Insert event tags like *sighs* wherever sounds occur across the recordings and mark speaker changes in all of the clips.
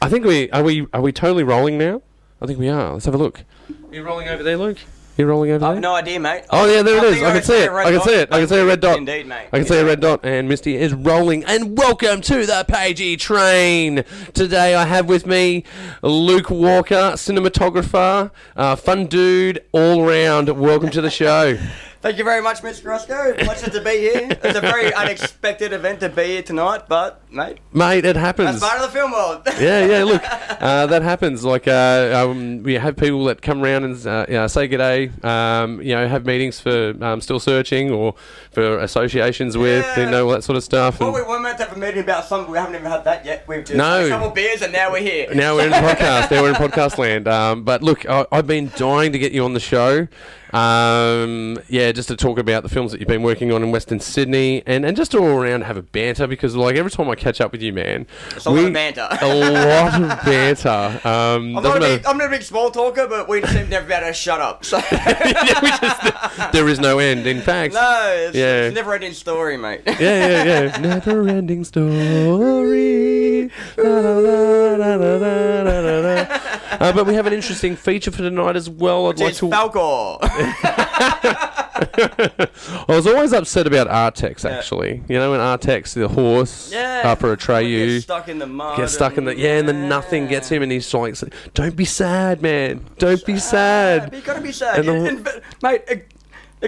Speaker 1: I think we are we are we totally rolling now. I think we are. Let's have a look. Are you rolling over there, Luke? Are you rolling over
Speaker 2: I
Speaker 1: there?
Speaker 2: have no idea, mate.
Speaker 1: Oh yeah, there it
Speaker 2: I
Speaker 1: is.
Speaker 2: think
Speaker 1: I can
Speaker 2: already
Speaker 1: see
Speaker 2: see
Speaker 1: it.
Speaker 2: a red
Speaker 1: I can
Speaker 2: dot.
Speaker 1: see it. I can see a red dot.
Speaker 2: Indeed, mate.
Speaker 1: I can see a red dot, and Misty is rolling. And welcome to the Pagey Train. Today I have with me Luke Walker, cinematographer, uh, fun dude, all round. Welcome to the
Speaker 2: *laughs*
Speaker 1: show.
Speaker 2: Thank you very much, Mr. Roscoe. Pleasure to be here. It's
Speaker 1: *laughs*
Speaker 2: a very unexpected event to be here tonight, but mate,
Speaker 1: Mate, it
Speaker 2: that's
Speaker 1: happens.
Speaker 2: part of the film world. *laughs*
Speaker 1: Yeah, yeah. Look, uh, that happens. Like uh, um, we have people that come round and uh, you know, say good day. Um, you know, have meetings for um, still searching or for associations with, you
Speaker 2: Yeah.
Speaker 1: know, all that sort of stuff.
Speaker 2: Well,
Speaker 1: And
Speaker 2: we were meant to have a meeting about something. We haven't even had that yet. We've just
Speaker 1: No.
Speaker 2: had a couple beers and now we're here.
Speaker 1: now we're in podcast. Now we're in podcast land. Um, but look, I, I've been dying to get you on the show. Um, yeah, just to talk about the films that you've been working on in Western Sydney, and, and just all around have a banter because like every time I catch up with you, man,
Speaker 2: It's a lot
Speaker 1: *laughs*
Speaker 2: of banter.
Speaker 1: a lot of banter. Um, doesn't
Speaker 2: I'm not, a
Speaker 1: matter-
Speaker 2: big, I'm not a big small talker, but we seem to never be able to shut
Speaker 1: *laughs*
Speaker 2: up. So *laughs* no,
Speaker 1: yeah, we just, there is no end. In fact,
Speaker 2: it's,
Speaker 1: Yeah.
Speaker 2: it's never ending story, mate.
Speaker 1: yeah, yeah, yeah. Never ending story. La, la, la, la, la, la, la, la, la. Uh, but we have an interesting feature for tonight as well. I'd like
Speaker 2: It's
Speaker 1: to.
Speaker 2: Falcor.
Speaker 1: *laughs*
Speaker 2: *laughs*
Speaker 1: I was always upset about Artex, actually. You know, when Artex, the horse,
Speaker 2: yeah.
Speaker 1: upper
Speaker 2: We Get
Speaker 1: Atreyu.
Speaker 2: stuck in the mud.
Speaker 1: Gets stuck in the
Speaker 2: and-
Speaker 1: yeah, and then nothing gets him, and he's like, "Don't be sad, man. Don't be sad."
Speaker 2: Yeah, you gotta be sad,
Speaker 1: And the-
Speaker 2: You- and- but, mate. You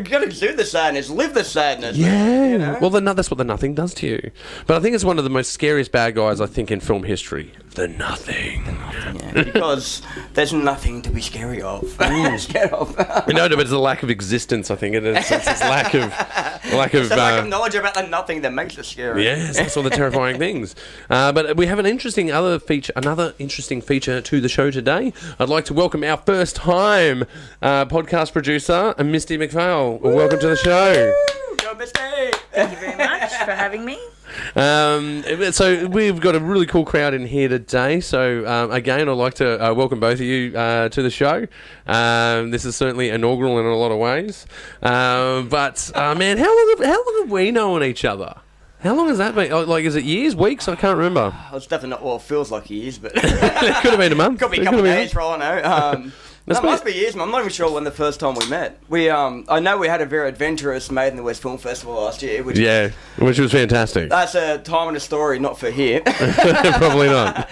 Speaker 2: you gotta exude the sadness, live the sadness.
Speaker 1: Yeah.
Speaker 2: man, you know?
Speaker 1: Well, the, no- that's what the nothing does to you. But I think it's one of the most scariest bad guys I think in film history. The nothing.
Speaker 2: Yeah, because there's nothing to be scary of. *laughs*
Speaker 1: Mm.
Speaker 2: Scared of. *laughs*
Speaker 1: You know, but it's a lack of existence. I think it is. It's, it's lack *laughs* of lack of.
Speaker 2: It's the lack of
Speaker 1: Uh,
Speaker 2: knowledge about the nothing that makes it scary.
Speaker 1: Yes, that's all the *laughs* terrifying things. Uh, but we have an interesting other feature, another interesting feature to the show today. I'd like to welcome our first time uh, podcast producer, Misty McPhail. Welcome to the show.
Speaker 2: Yo, *laughs* mistake.
Speaker 3: Thank you very much for having me.
Speaker 1: Um, so we've got a really cool crowd in here today. So um, again, I'd like to uh, welcome both of you uh, to the show. Um, this is certainly inaugural in a lot of ways. Um, but uh, man, how long have, how long have we known each other? How long has that been? Oh, Like, is it years, weeks? I can't remember. *laughs*
Speaker 2: Well, it's definitely not. Well, it feels like he is, but *laughs*
Speaker 1: It could have been a month.
Speaker 2: could be
Speaker 1: It
Speaker 2: a couple
Speaker 1: could
Speaker 2: of
Speaker 1: have
Speaker 2: days for all I
Speaker 1: *laughs*
Speaker 2: know. Um, no,
Speaker 1: That's
Speaker 2: it must
Speaker 1: been-
Speaker 2: be years. man. I'm not even sure when the first time we met. We, um, I know we had a very adventurous Made in the West Film Festival last year, which
Speaker 1: Yeah, which was fantastic. *laughs*
Speaker 2: that's a time and a story, not for here. *laughs*
Speaker 1: Probably not.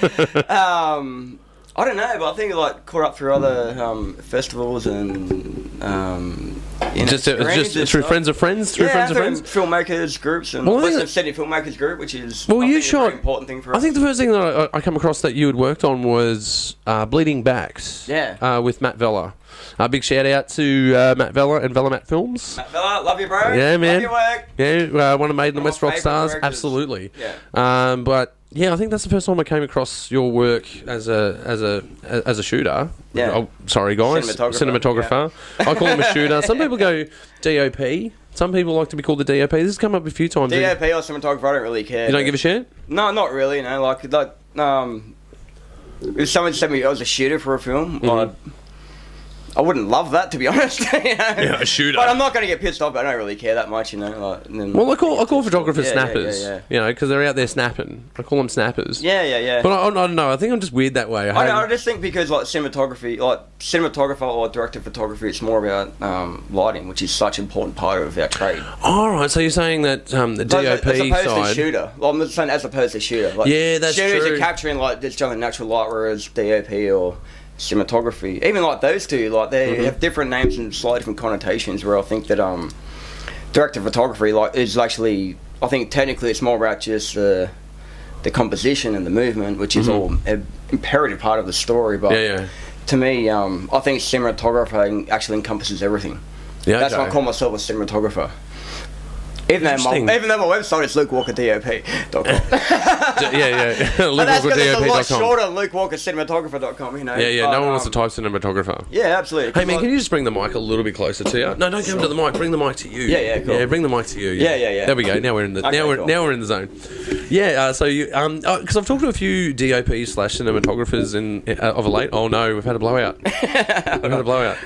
Speaker 2: um, I don't know, but I think it, like caught up through other um, festivals and um, you know,
Speaker 1: just uh,
Speaker 2: screenings
Speaker 1: just
Speaker 2: and
Speaker 1: through
Speaker 2: stuff.
Speaker 1: friends of friends, through
Speaker 2: yeah,
Speaker 1: friends of
Speaker 2: through
Speaker 1: friends.
Speaker 2: filmmakers groups and
Speaker 1: Well, I think
Speaker 2: Western
Speaker 1: that-
Speaker 2: Sydney filmmakers group, which is
Speaker 1: Well,
Speaker 2: I
Speaker 1: you
Speaker 2: think a very
Speaker 1: shot-
Speaker 2: important thing for
Speaker 1: I
Speaker 2: us.
Speaker 1: think the first thing that I, I come across that you had worked on was uh, Bleeding Backs.
Speaker 2: Yeah.
Speaker 1: Uh, with Matt Vella. A big shout out to uh, Matt Vella and Vella Matt Films.
Speaker 2: Matt Vella, love you, bro.
Speaker 1: Yeah, man.
Speaker 2: Love your work.
Speaker 1: Yeah, uh, one of Maiden and
Speaker 2: One
Speaker 1: West
Speaker 2: of my
Speaker 1: Rock
Speaker 2: favourite
Speaker 1: stars.
Speaker 2: directors.
Speaker 1: Absolutely.
Speaker 2: Yeah.
Speaker 1: Um, but yeah, I think that's the first time I came across your work as a as a as a shooter.
Speaker 2: Yeah.
Speaker 1: Oh, sorry, guys.
Speaker 2: Cinematographer,
Speaker 1: Cinematographer. I call him a shooter.
Speaker 2: *laughs*
Speaker 1: Some people go DOP. Some people like to be called the DOP. This has come up a few times.
Speaker 2: DOP or cinematographer, I don't really care.
Speaker 1: You don't
Speaker 2: but-
Speaker 1: give a shit.
Speaker 2: No, not really. No, like like um, if someone said me I was a shooter for a film,
Speaker 1: Mm-hmm.
Speaker 2: I'd, I wouldn't love that to be *laughs* honest. you know?
Speaker 1: a shooter.
Speaker 2: But I'm not going to get pissed off. I don't really care that much, you know. Like, and then,
Speaker 1: Well, I call I call photographers
Speaker 2: Yeah, yeah, yeah,
Speaker 1: snappers.
Speaker 2: yeah.
Speaker 1: You know, because they're out there snapping. I call them snappers.
Speaker 2: yeah, yeah, yeah.
Speaker 1: But I, I don't know. I think I'm just weird that way.
Speaker 2: I,
Speaker 1: had-
Speaker 2: know, I just think because like cinematography, like cinematographer or director of photography, it's more about um, lighting, which is such an important part of our trade.
Speaker 1: All right. So you're saying that um, the
Speaker 2: As-
Speaker 1: DOP
Speaker 2: as opposed to
Speaker 1: side.
Speaker 2: shooter. Well, I'm just saying as opposed to shooter. Like,
Speaker 1: Yeah, that's
Speaker 2: shooters
Speaker 1: true.
Speaker 2: are capturing like just general natural light, whereas DOP or cinematography, even like those two, like they
Speaker 1: Mm-hmm.
Speaker 2: have different names and slightly different connotations. Where I think that um, director of photography like is actually, I think technically it's more about just the the composition and the movement, which is all an imperative part of the story. But
Speaker 1: Mm-hmm. Yeah, yeah.
Speaker 2: to me, um, I think cinematography actually encompasses everything.
Speaker 1: Yeah,
Speaker 2: That's why I
Speaker 1: okay.
Speaker 2: call myself a cinematographer. Even though,
Speaker 1: Interesting.
Speaker 2: my, even though my website is lukewalkerdop.com. *laughs*
Speaker 1: D- yeah, *laughs* yeah.
Speaker 2: but that's because it's a lot
Speaker 1: LukeWalkerDOP.com.
Speaker 2: shorter than lukewalkercinematographer.com, you know.
Speaker 1: Yeah, yeah. No
Speaker 2: But,
Speaker 1: one wants to
Speaker 2: um,
Speaker 1: type cinematographer.
Speaker 2: Yeah, absolutely.
Speaker 1: Hey man,
Speaker 2: Like-
Speaker 1: can you just bring the mic a little bit closer to you? No, don't come to the mic. Bring the mic to you.
Speaker 2: Yeah, yeah, cool.
Speaker 1: Yeah, bring the mic to you.
Speaker 2: Yeah, yeah, yeah.
Speaker 1: There we go. Now we're in the
Speaker 2: Okay,
Speaker 1: now we're
Speaker 2: cool.
Speaker 1: now we're in the zone. Yeah, uh, so you because I've talked to a few DOPs slash cinematographers in uh, of late. Oh no, we've had a
Speaker 2: *laughs*
Speaker 1: blowout. we've had a blowout.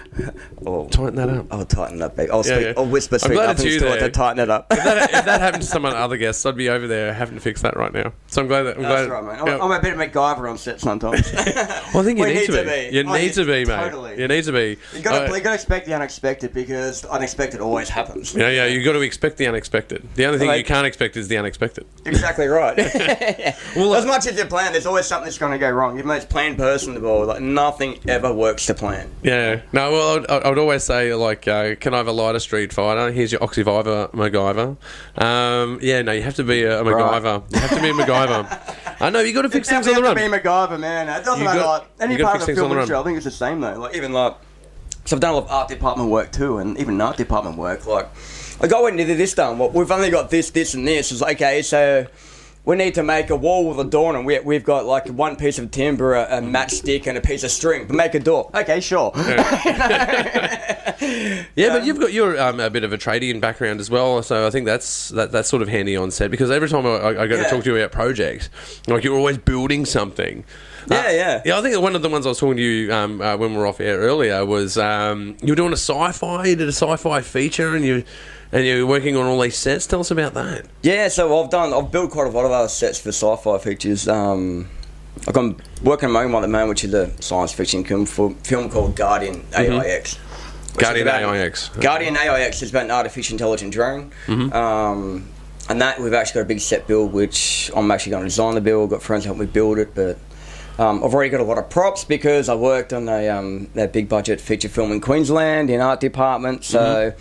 Speaker 2: Oh,
Speaker 1: Tighten that up. *laughs*
Speaker 2: I'll tighten it up, babe. I'll,
Speaker 1: Yeah,
Speaker 2: speak,
Speaker 1: yeah.
Speaker 2: I'll whisper
Speaker 1: I'm
Speaker 2: sweet
Speaker 1: glad it's
Speaker 2: nothings
Speaker 1: you
Speaker 2: to her
Speaker 1: there.
Speaker 2: to tighten
Speaker 1: *laughs*
Speaker 2: it up.
Speaker 1: If that, if that happened to some of my other guests, I'd be over there having to fix that right now. So I'm glad that. I'm
Speaker 2: That's
Speaker 1: glad,
Speaker 2: right, mate. I'm,
Speaker 1: Yeah.
Speaker 2: I'm a bit of MacGyver on
Speaker 1: *laughs*
Speaker 2: set sometimes.
Speaker 1: Well, I think you
Speaker 2: We
Speaker 1: need, to, be. You
Speaker 2: Oh,
Speaker 1: need to be, mate.
Speaker 2: Totally.
Speaker 1: You need to be.
Speaker 2: You gotta,
Speaker 1: Uh,
Speaker 2: you gotta expect the unexpected because the unexpected always happens.
Speaker 1: yeah, yeah. You got to expect the unexpected. The only thing
Speaker 2: Like-
Speaker 1: you can't expect is the unexpected.
Speaker 2: Exactly right.
Speaker 1: *laughs* Well,
Speaker 2: as
Speaker 1: uh,
Speaker 2: much as you plan, there's always something that's gonna go wrong. You're the most planned person in the world. Like nothing ever works to plan.
Speaker 1: Yeah. No. Well, I'd, I'd always say like, uh, can I have a lighter Street Fighter? Here's your Oxyviver MacGyver. Um, yeah. No, you have to be a, a MacGyver. You have to be a MacGyver. I know you got to fix things on the
Speaker 2: Definitely
Speaker 1: run.
Speaker 2: have to be MacGyver, man. It doesn't
Speaker 1: You
Speaker 2: matter.
Speaker 1: got-
Speaker 2: like, any
Speaker 1: you gotta
Speaker 2: part
Speaker 1: fix
Speaker 2: of the
Speaker 1: things on the
Speaker 2: film industry,
Speaker 1: run.
Speaker 2: I think it's the same though. Like even like, so I've done a lot of art department work too, and even art department work. Like, I go in and did this done. Well, we've only got this, this, and this. It's like, okay, so. We need to make a wall with a door, and we, we've got like one piece of timber, a, a matchstick, and a piece of string to make a door. Okay, sure. *laughs*
Speaker 1: *laughs* Yeah, but you've got your um, a bit of a trading background as well, so I think that's that, that's sort of handy on set because every time I, I, I go to
Speaker 2: Yeah.
Speaker 1: talk to you about projects, like you're always building something. Uh,
Speaker 2: Yeah, yeah.
Speaker 1: Yeah, I think one of the ones I was talking to you um, uh, when we were off air earlier was um, you were doing a sci-fi, you did a sci-fi feature, and you and you're working on all these sets. Tell us about that.
Speaker 2: Yeah, so I've done. I've built quite a lot of other sets for sci-fi features. Um, like I'm working on my own one at the moment, which is a science fiction film, for, film called Guardian AIX. which is
Speaker 1: Guardian
Speaker 2: about-
Speaker 1: AIX.
Speaker 2: Guardian AIX is about an artificial intelligent drone. Um, and that we've actually got a big set build, which I'm actually going to design the build. Got friends help me build it, but um, I've already got a lot of props because I worked on a um, that big budget feature film in Queensland in art department. So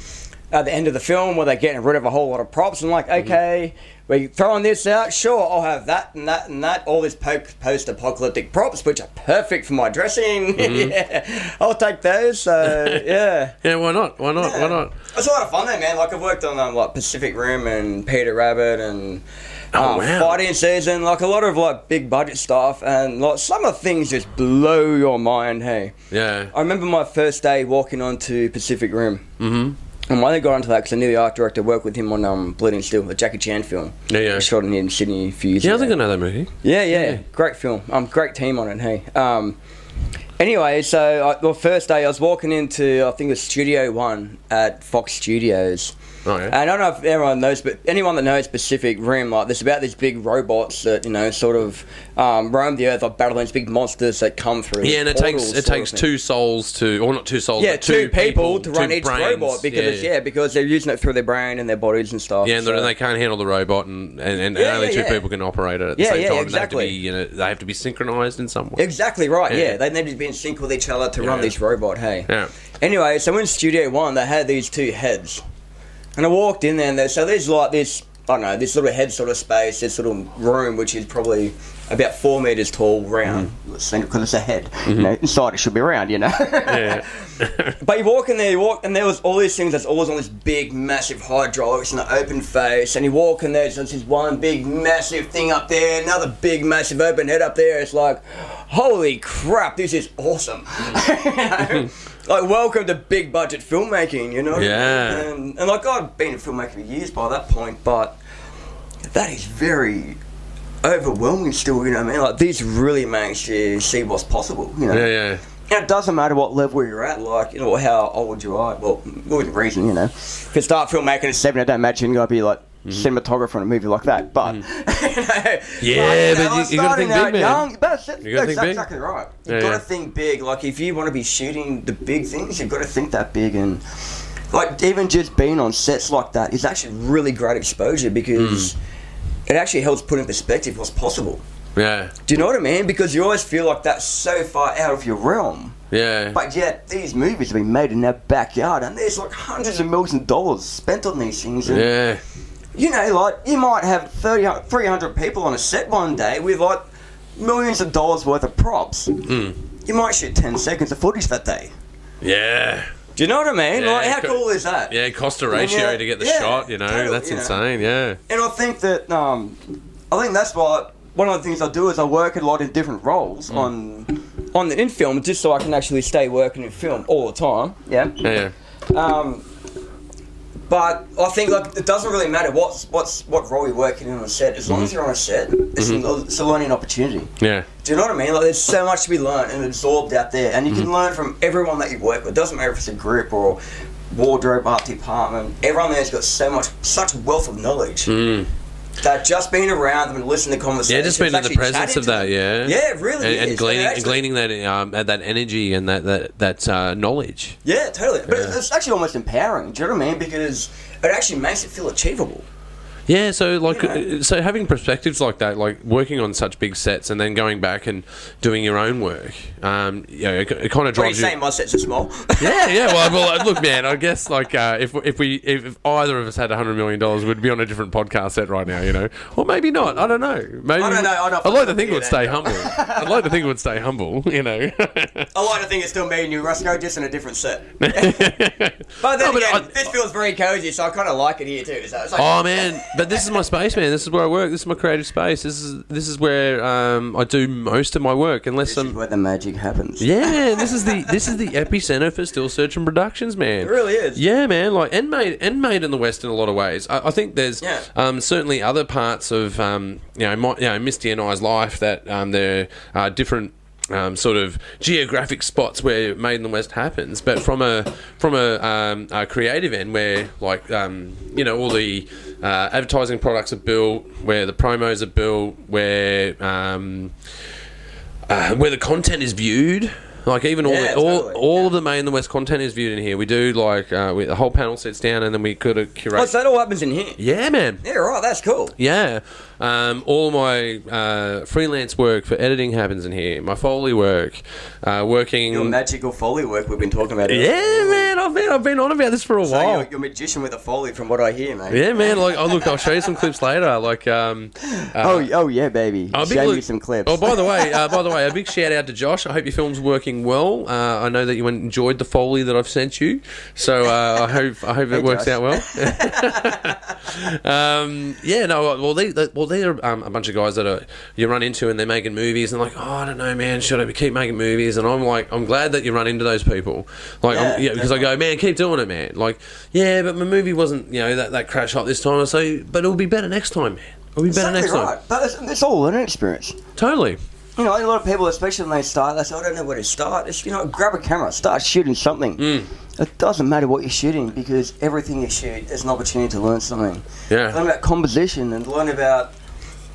Speaker 2: at the end of the film, where they're getting rid of a whole lot of props, I'm like, okay, we're throwing this out. Sure, I'll have that and that and that. All these po- post-apocalyptic props, which are perfect for my dressing. *laughs* yeah, I'll take those. So yeah.
Speaker 1: Yeah, why not? Why not? Why not?
Speaker 2: It's a lot of fun though, man. Like I've worked on um, like Pacific Rim and Peter Rabbit and
Speaker 1: Oh,
Speaker 2: uh,
Speaker 1: wow.
Speaker 2: Fighting Season, like a lot of like big budget stuff, and like some of the things just blow your mind. Hey,
Speaker 1: Yeah.
Speaker 2: I remember my first day walking onto Pacific Rim. Mm-hmm. And I only got onto that because I knew the art director worked with him on um, Bleeding Steel, the Jackie Chan film.
Speaker 1: Yeah, yeah.
Speaker 2: Shot in Sydney a few years
Speaker 1: Yeah, I
Speaker 2: ago.
Speaker 1: think I know that movie.
Speaker 2: Yeah, yeah, great film. Um, great team on it. Hey. Um, anyway, so I, the first day I was walking into I think it was Studio One at Fox Studios.
Speaker 1: Oh, yeah.
Speaker 2: And I don't know if everyone knows, but anyone that knows Pacific Rim, like there's about these big robots that you know sort of um, roam the earth, like battle these big monsters that come through.
Speaker 1: Yeah, and it takes it
Speaker 2: portals sort of
Speaker 1: takes
Speaker 2: thing.
Speaker 1: two souls to, or not two souls,
Speaker 2: Yeah,
Speaker 1: but
Speaker 2: two, people, to
Speaker 1: two
Speaker 2: run each
Speaker 1: brains.
Speaker 2: robot because yeah. because they're using it through their brain and their bodies and stuff.
Speaker 1: Yeah, and then
Speaker 2: so-
Speaker 1: they can't handle the robot, and, and, and
Speaker 2: Yeah,
Speaker 1: only
Speaker 2: yeah,
Speaker 1: two
Speaker 2: yeah.
Speaker 1: people can operate it at the
Speaker 2: Yeah,
Speaker 1: same
Speaker 2: yeah,
Speaker 1: time.
Speaker 2: exactly.
Speaker 1: And they have to be, you know, they have to be synchronized in some way.
Speaker 2: Exactly right.
Speaker 1: Yeah.
Speaker 2: Yeah. they needed to be in sync with each other to
Speaker 1: Yeah.
Speaker 2: run this robot. Hey.
Speaker 1: Yeah.
Speaker 2: Anyway, so in Studio One, they had these two heads, and I walked in there, and there, so there's like this. I don't know this little head sort of space, this little room, which is probably about four meters tall, round, because it's a head. You know, inside it should be round, you know.
Speaker 1: Mm-hmm. yeah.
Speaker 2: But you walk in there, you walk, and there was all these things that's always on this big, massive hydraulics and an open face. And you walk in there, so there's this one big, massive thing up there, another big, massive open head up there. It's like, holy crap, this is awesome. *laughs* You know? like, welcome to big budget filmmaking, you know?
Speaker 1: Yeah.
Speaker 2: And, and like, I've been a filmmaker for years by that point, but that is very overwhelming still, you know what I mean? Like, this really makes you see what's possible, you know?
Speaker 1: Yeah, yeah.
Speaker 2: And it doesn't matter what level you're at, like, you know, how old you are. Well, within reason, you know. If you start filmmaking at seven, I don't imagine you're going to be, like,
Speaker 1: Mm-hmm.
Speaker 2: cinematographer in a movie like that. But, *laughs* you know,
Speaker 1: Yeah,
Speaker 2: like,
Speaker 1: but
Speaker 2: know,
Speaker 1: you-
Speaker 2: I
Speaker 1: you gotta think
Speaker 2: started out
Speaker 1: big, man.
Speaker 2: young- That's, it.
Speaker 1: You gotta
Speaker 2: That's
Speaker 1: think big.
Speaker 2: exactly right. You've
Speaker 1: Yeah,
Speaker 2: got to
Speaker 1: yeah.
Speaker 2: think big. Like, if you want to be shooting the big things, you've got to think that big. And, like, even just being on sets like that is actually really great exposure
Speaker 1: Mm.
Speaker 2: because it actually helps put in perspective what's possible.
Speaker 1: Yeah.
Speaker 2: Do you know what I mean? Because you always feel like that's so far out of your realm.
Speaker 1: Yeah.
Speaker 2: But yet, these movies have been made in their backyard, and there's like hundreds of millions of dollars spent on these things. And,
Speaker 1: yeah.
Speaker 2: You know, like, you might have 30, 300 people on a set one day with like millions of dollars worth of props.
Speaker 1: Hmm.
Speaker 2: You might shoot 10 seconds of footage that day.
Speaker 1: Yeah.
Speaker 2: Do you know what I mean?
Speaker 1: Yeah,
Speaker 2: like, how
Speaker 1: co-
Speaker 2: cool is that?
Speaker 1: Yeah, cost a ratio
Speaker 2: Yeah,
Speaker 1: to get the
Speaker 2: yeah,
Speaker 1: shot, you know,
Speaker 2: total,
Speaker 1: that's
Speaker 2: you know.
Speaker 1: insane, yeah.
Speaker 2: And I think that um, I think that's why one of the things I do is I work a lot in different roles
Speaker 1: Hmm.
Speaker 2: on on the, in film just so I can actually stay working in film all the time. Yeah.
Speaker 1: Yeah,
Speaker 2: Um, But I think like it doesn't really matter what's what's what role you're working in on set. As
Speaker 1: Mm-hmm.
Speaker 2: long as you're on a set, it's, an, it's a learning opportunity.
Speaker 1: Yeah.
Speaker 2: Do you know what I mean? Like, there's so much to be learned and absorbed out there, and you
Speaker 1: Mm-hmm.
Speaker 2: can learn from everyone that you work with. Doesn't matter if it's a group or wardrobe art department. Everyone there's got so much, such wealth of knowledge that just being around them and listening to conversations,
Speaker 1: Mm. Yeah, just being in the
Speaker 2: actually
Speaker 1: presence
Speaker 2: chatting
Speaker 1: of
Speaker 2: to
Speaker 1: that,
Speaker 2: them.
Speaker 1: yeah,
Speaker 2: yeah, it really,
Speaker 1: and,
Speaker 2: is.
Speaker 1: and gleaning,
Speaker 2: actually-
Speaker 1: and gleaning that um, that energy and that that that uh, knowledge.
Speaker 2: Yeah, totally. But
Speaker 1: Yeah.
Speaker 2: it's actually almost empowering. Do you know what I mean? Because it actually makes it feel achievable.
Speaker 1: Yeah, so like,
Speaker 2: Yeah.
Speaker 1: uh, so having perspectives like that, like working on such big sets and then going back and doing your own work, um, you know, it, kind of
Speaker 2: What are you
Speaker 1: drives
Speaker 2: saying? My sets are small.
Speaker 1: Yeah, yeah. Well, well, uh, look, man. I guess like uh, if if we if, if either of us had hundred million dollars, we'd be on a different podcast set right now, you know, or maybe not. I don't know. Maybe
Speaker 2: I don't know. I don't-
Speaker 1: would like to think it would
Speaker 2: Yeah.
Speaker 1: stay humble. I'd like to think it would stay humble, you
Speaker 2: *laughs*
Speaker 1: know.
Speaker 2: *laughs* I like to think it's still me and you, Roscoe, just in a different set.
Speaker 1: *laughs* but
Speaker 2: But then
Speaker 1: No, but
Speaker 2: again,
Speaker 1: I-
Speaker 2: this feels very cozy, so I kind of like it here too. So it's like,
Speaker 1: Oh man, but this is my space, man. This is where I work. This is my creative space. This is this is where um, I do most of my work, unless
Speaker 2: this is
Speaker 1: I'm.
Speaker 2: where the magic happens.
Speaker 1: Yeah, man, this is the this is the epicenter for Still Searching Productions, man.
Speaker 2: It really is.
Speaker 1: Yeah, man. Like and made and made in the West in a lot of ways. I, I think there's
Speaker 2: Yeah.
Speaker 1: um, certainly other parts of um, you know my, you know Misty and I's life that um, there are different. Um, sort of geographic spots where Made in the West happens, but from a from a, um, a creative end, where like um, you know all the uh, advertising products are built, where the promos are built, where um, uh, where the content is viewed. Like even all
Speaker 2: Yeah,
Speaker 1: the, all,
Speaker 2: totally,
Speaker 1: all of the main and the west content is viewed in here. We do like uh, we, the whole panel sits down and then we could have curate.
Speaker 2: Oh, so that all happens in here.
Speaker 1: Yeah, man.
Speaker 2: Yeah, right. That's cool.
Speaker 1: Yeah, um, all my uh, freelance work for editing happens in here. My foley work, uh, working.
Speaker 2: Your magical foley work we've been talking about.
Speaker 1: yeah, man. I've been I've been on about this for a
Speaker 2: So
Speaker 1: while.
Speaker 2: you're, you're a magician with a foley, from what I hear, mate.
Speaker 1: yeah, man. Like, oh look, I'll show you some clips later. Like, um,
Speaker 2: Oh, oh yeah, baby.
Speaker 1: A big
Speaker 2: Show me
Speaker 1: look-
Speaker 2: some clips.
Speaker 1: Oh, by the way, uh, by the way, a big shout out to Josh. I hope your film's working well. Uh, I know that you enjoyed the foley that I've sent you, so uh, I hope I hope it works
Speaker 2: Josh.
Speaker 1: out well.
Speaker 2: *laughs*
Speaker 1: um, yeah, no, well, they, they well they're um, a bunch of guys that are you run into and they're making movies and like, oh, I don't know, man, should I keep making movies? And I'm like, I'm glad that you run into those people, like,
Speaker 2: Yeah,
Speaker 1: I'm, yeah, because I go, man, keep doing it, man. Like, yeah, but my movie wasn't, you know, that, that crash hot this time, so but it'll be better next time, man. It'll be better
Speaker 2: Exactly
Speaker 1: next
Speaker 2: right.
Speaker 1: time.
Speaker 2: But it's, it's all a learning experience.
Speaker 1: Totally.
Speaker 2: You know, a lot of people, especially when they start, they say, I don't know where to start. It's, you know, grab a camera, start shooting something. It doesn't matter what you're shooting because everything you shoot is an opportunity to learn something.
Speaker 1: Yeah.
Speaker 2: Learn about composition and learn about,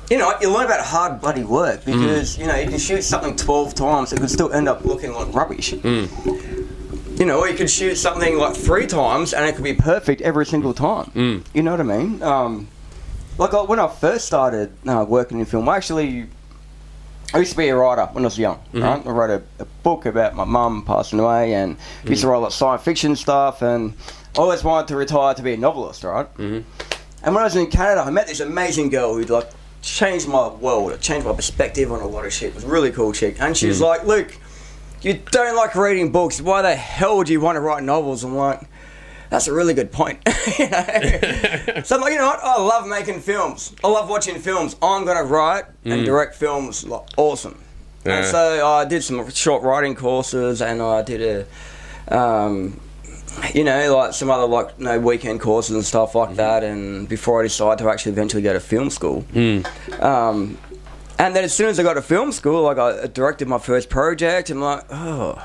Speaker 2: you know, you learn about hard bloody work because, you know, you can shoot something 12 times, it could still end up looking like rubbish. You know, or you could shoot something like three times and it could be perfect every single time. You know what I mean? Um, like I, when I first started uh, working in film, I actually I used to be a writer when I was young. Right? I wrote a, a book about my mum passing away, and used to write a lot of science fiction stuff. And I always wanted to retire to be a novelist, right? Mm-hmm. And when I was in Canada, I met this amazing girl who like changed my world, it changed my perspective on a lot of shit. It was a really cool chick, and she was like, "Luke, you don't like reading books. Why the hell do you want to write novels?" I'm like. That's a really good point. *laughs* You know? so I'm like, you know what? I love making films. I love watching films. I'm gonna write and direct films. Like, awesome. And
Speaker 1: Yeah.
Speaker 2: so I did some short writing courses, and I did a, um, you know, like some other like you know, weekend courses and stuff like
Speaker 1: Mm-hmm.
Speaker 2: that. And before I decided to actually eventually go to film school,
Speaker 1: Mm.
Speaker 2: um, and then as soon as I got to film school, like I directed my first project. I'm like, oh.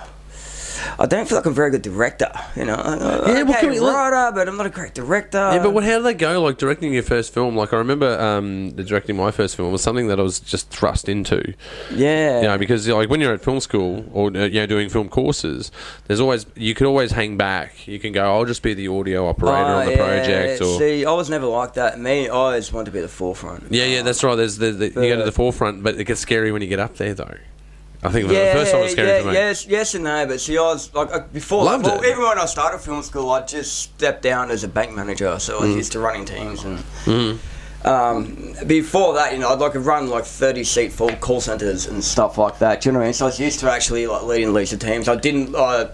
Speaker 2: I don't feel like I'm a very good director, you know. Yeah,
Speaker 1: well,
Speaker 2: okay,
Speaker 1: can we- look-
Speaker 2: writer, but I'm not a great director.
Speaker 1: Yeah, but what, how did that go? Like directing your first film. Like I remember um, the- directing my first film was something that I was just thrust into.
Speaker 2: Yeah.
Speaker 1: You know, because like when you're at film school or uh, you know doing film courses, there's always you could always hang back. You can go, I'll just be the audio operator on
Speaker 2: Oh,
Speaker 1: the
Speaker 2: yeah,
Speaker 1: project. Or
Speaker 2: See, I was never like that. Me, I always wanted to be at the forefront.
Speaker 1: yeah, yeah, that's right. There's the, the, you go to
Speaker 2: But-
Speaker 1: the forefront, but it gets scary when you get up there, though. I think the
Speaker 2: Yeah,
Speaker 1: first time was scary
Speaker 2: yeah,
Speaker 1: for me.
Speaker 2: yes, yes and no. But see, I was like uh, before.
Speaker 1: Loved
Speaker 2: well,
Speaker 1: it.
Speaker 2: Even when I started film school, I just stepped down as a bank manager, so
Speaker 1: Mm.
Speaker 2: I was used to running teams and. Um, before that, you know, I'd like run like thirty seat full call centers and stuff like that. Do you know what I mean? So I was used to actually like leading leads of teams. I didn't. I,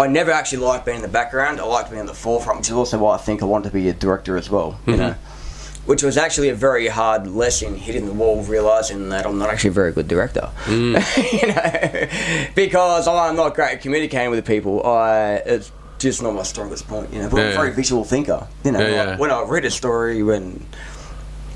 Speaker 2: I never actually liked being in the background. I liked being in the forefront, which is also why I think I wanted to be a director as well. You
Speaker 1: Mm-hmm.
Speaker 2: know, which was actually a very hard lesson hitting the wall, realizing that I'm not actually a very good director.
Speaker 1: Mm.
Speaker 2: *laughs* you know, because I'm not great at communicating with the people. I it's just not my strongest point. You know, but I'm
Speaker 1: Yeah,
Speaker 2: a very
Speaker 1: yeah.
Speaker 2: visual thinker. You know,
Speaker 1: Yeah,
Speaker 2: like,
Speaker 1: yeah.
Speaker 2: when I read a story, when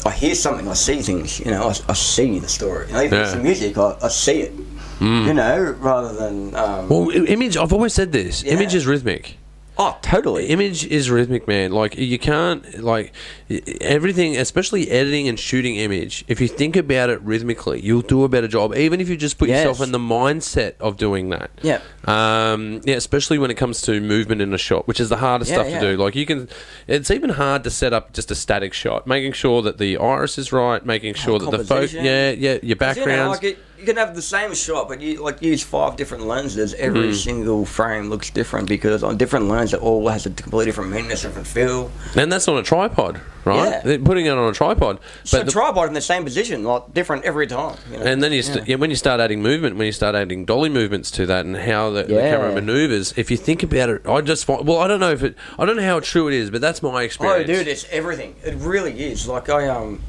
Speaker 2: I hear something, I see things. You know, I, I see the story. You know, even
Speaker 1: Yeah. Mm.
Speaker 2: if it's the music, I, I see it. You know, rather than um,
Speaker 1: Well, i- image. I've always said this.
Speaker 2: Yeah.
Speaker 1: Image is rhythmic.
Speaker 2: oh, totally.
Speaker 1: Image is rhythmic, man. Like you can't like i- everything, especially editing and shooting image. If you think about it rhythmically, you'll do a better job. Even if you just put yourself
Speaker 2: Yes.
Speaker 1: in the mindset of doing that.
Speaker 2: Yeah.
Speaker 1: Um, yeah, especially when it comes to movement in a shot, which is the hardest
Speaker 2: Yeah,
Speaker 1: stuff
Speaker 2: yeah.
Speaker 1: to do. Like you can, it's even hard to set up just a static shot, making sure that the iris is right, making sure that the focus,
Speaker 2: composition.
Speaker 1: yeah, yeah, your
Speaker 2: You, know,
Speaker 1: backgrounds.
Speaker 2: like it, you can have the same shot, but you like use five different lenses. Every
Speaker 1: Hmm.
Speaker 2: single frame looks different because on different lenses, it all has a completely different meaning, a different feel.
Speaker 1: and that's on a tripod, right?
Speaker 2: Yeah.
Speaker 1: They're Putting it on a tripod,
Speaker 2: So
Speaker 1: the-
Speaker 2: tripod in the same position, like different every time. You know?
Speaker 1: And then you st- yeah, when you start adding movement, when you start adding dolly movements to that, and how the, the
Speaker 2: Yeah.
Speaker 1: camera maneuvers, if you think about it, I just find, well, I don't know if it, I don't know how true it is, but that's my
Speaker 2: oh,
Speaker 1: experience.
Speaker 2: dude, it's everything. It really is. Like I um,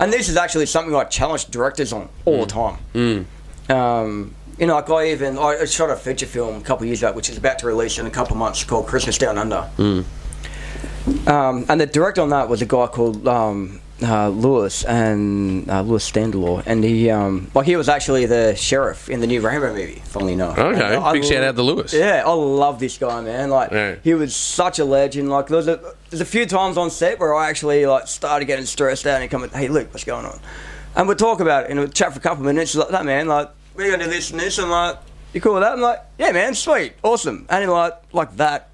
Speaker 2: and this is actually something I challenge directors on all the
Speaker 1: Mm.
Speaker 2: time. Um, you know, like I even I I shot a feature film a couple of years ago, which is about to release in a couple of months, called Christmas Down Under.
Speaker 1: Mm.
Speaker 2: Um, and the director on that was a guy called um, uh, Lewis and uh, Lewis Standalore, and he um, like he was actually the sheriff in the new Rainbow movie. Funnily enough,
Speaker 1: Okay,
Speaker 2: And I
Speaker 1: big shout out to Lewis.
Speaker 2: Yeah, I love this guy, man. Like
Speaker 1: Yeah.
Speaker 2: he was such a legend. Like there's a there's a few times on set where I actually like started getting stressed out and coming, hey Luke, what's going on? And we'll talk about it and we'll chat for a couple of minutes. He's Like that man, like we're gonna do this and this. I'm like, you cool with that? I'm like, yeah, man, sweet, awesome. And he like like that.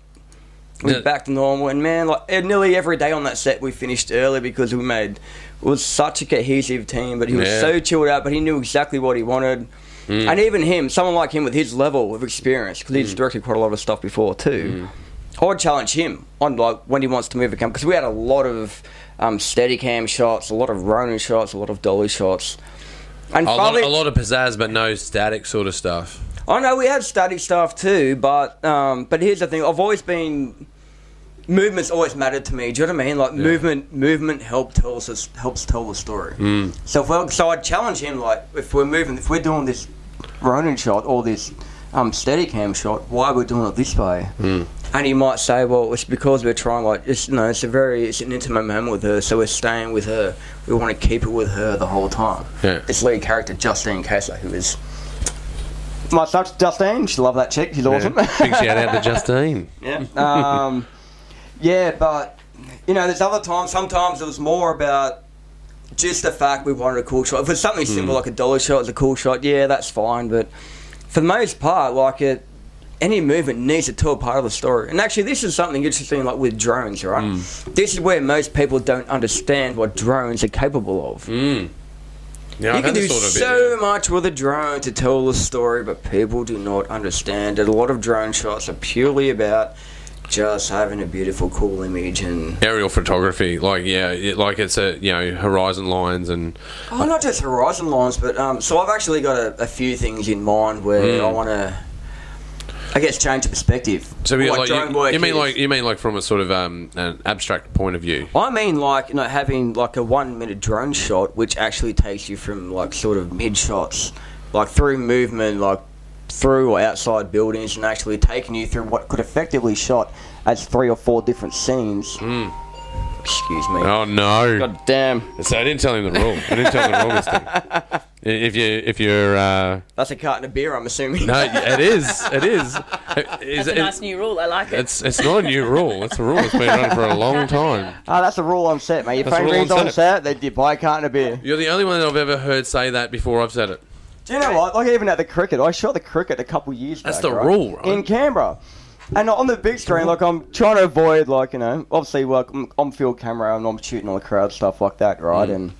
Speaker 2: We
Speaker 1: Yeah.
Speaker 2: are back to normal, and man, like eh, nearly every day on that set, we finished early because we made it was such a cohesive team. But he was
Speaker 1: Yeah. Hmm.
Speaker 2: so chilled out, but he knew exactly what he wanted. And even him, someone like him with his level of experience, because he's directed quite a lot of stuff before too.
Speaker 1: Hmm.
Speaker 2: I would challenge him on like when he wants to move a camera because we had a lot of um, Steadicam shots, a lot of Ronin shots, a lot of dolly shots, and
Speaker 1: a lot,
Speaker 2: finally,
Speaker 1: a lot of pizzazz, but no static sort of stuff.
Speaker 2: *laughs* I know Oh, we had static stuff too, but um, but here's the thing: I've always been movement's always mattered to me. Do you know what I mean? Like movement, movement help tells us helps tell the story. Mm. So if I, so I challenge him like if we're moving, if we're doing this Ronin shot or this um, Steadicam shot, why we're doing it this way? Mm. And he might say, well, it's because we're trying like it's you know it's a very it's an intimate moment with her, so we're staying with her. We want to keep it with her the whole time.
Speaker 1: Yeah.
Speaker 2: This lead character Justine Kessler, who is my son's Justine. She love that chick. She's
Speaker 1: *laughs*
Speaker 2: awesome.
Speaker 1: Yeah. big shout out to Justine.
Speaker 2: Yeah. *laughs* um, yeah, but you know, there's other times. Sometimes it was more about just the fact we wanted a cool shot. If it's something simple like a dollar shot, it's a cool shot. Yeah, that's fine. But for the most part, like it, any movement needs to tell a part of the story. And actually, this is something interesting, like with drones, right? This is where most people don't understand what drones are capable of.
Speaker 1: Mm. Yeah,
Speaker 2: Mm. You can do
Speaker 1: sort of
Speaker 2: so much with a drone to tell the story, but people do not understand it. A lot of drone shots are purely about just having a beautiful, cool image and
Speaker 1: aerial photography, like yeah, it, like it's a you know horizon lines and
Speaker 2: oh, not just horizon lines, but um, so I've actually got a, a few things in mind where
Speaker 1: Hmm.
Speaker 2: I want to, I guess, change perspective.
Speaker 1: so we
Speaker 2: What
Speaker 1: like
Speaker 2: drone
Speaker 1: you,
Speaker 2: work
Speaker 1: you mean
Speaker 2: is.
Speaker 1: like you mean like from a sort of um, an abstract point of view.
Speaker 2: I mean, like you know, having like a one-minute drone shot, which actually takes you from like sort of mid shots, like through movement, like through or outside buildings, and actually taking you through what could effectively shot as three or four different scenes. Excuse me.
Speaker 1: Hmm. Oh no!
Speaker 2: God damn,
Speaker 1: So I didn't tell him the rule. I didn't tell him the rule this thing. *laughs* If you if you're uh,
Speaker 2: that's a carton of beer, I'm assuming.
Speaker 1: no, it is it is. Is-
Speaker 3: That's a
Speaker 1: it-
Speaker 3: nice new rule. I like it.
Speaker 1: it's it's not a new rule. It's a rule that's been running for a
Speaker 3: *laughs*
Speaker 1: long time.
Speaker 2: *laughs* Ah, that's a rule on set, mate. Your
Speaker 1: That's a
Speaker 2: phone
Speaker 1: rule
Speaker 2: rings
Speaker 1: on
Speaker 2: on set, they you buy a carton of beer.
Speaker 1: You're the only one that I've ever heard say that before I've said it.
Speaker 2: Do you know what? Like even at the cricket, I shot the cricket a couple years
Speaker 1: That's
Speaker 2: back,
Speaker 1: the
Speaker 2: right?
Speaker 1: rule, right?
Speaker 2: In Canberra. And on the big screen, like I'm trying to avoid, like you know, obviously, like I'm on field camera and I'm shooting all the crowd stuff like that, right?
Speaker 1: Mm.
Speaker 2: And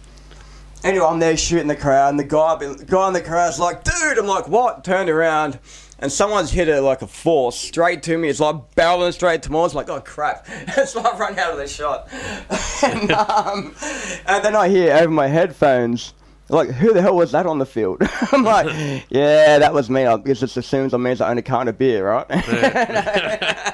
Speaker 2: anyway, I'm there shooting the crowd, and the guy, the guy in the crowd's like, "Dude," I'm like, "What?" Turned around, and someone's hit it like a four straight to me. It's like barreling straight to me. It's like, "Oh crap!" *laughs* so I run out of the shot,
Speaker 1: *laughs*
Speaker 2: and, um, and then I hear over my headphones. Like, who the hell was that on the field? *laughs* I'm like,
Speaker 1: *laughs*
Speaker 2: yeah, that was me. I guess it assumes I means I own a can of beer, right? *laughs*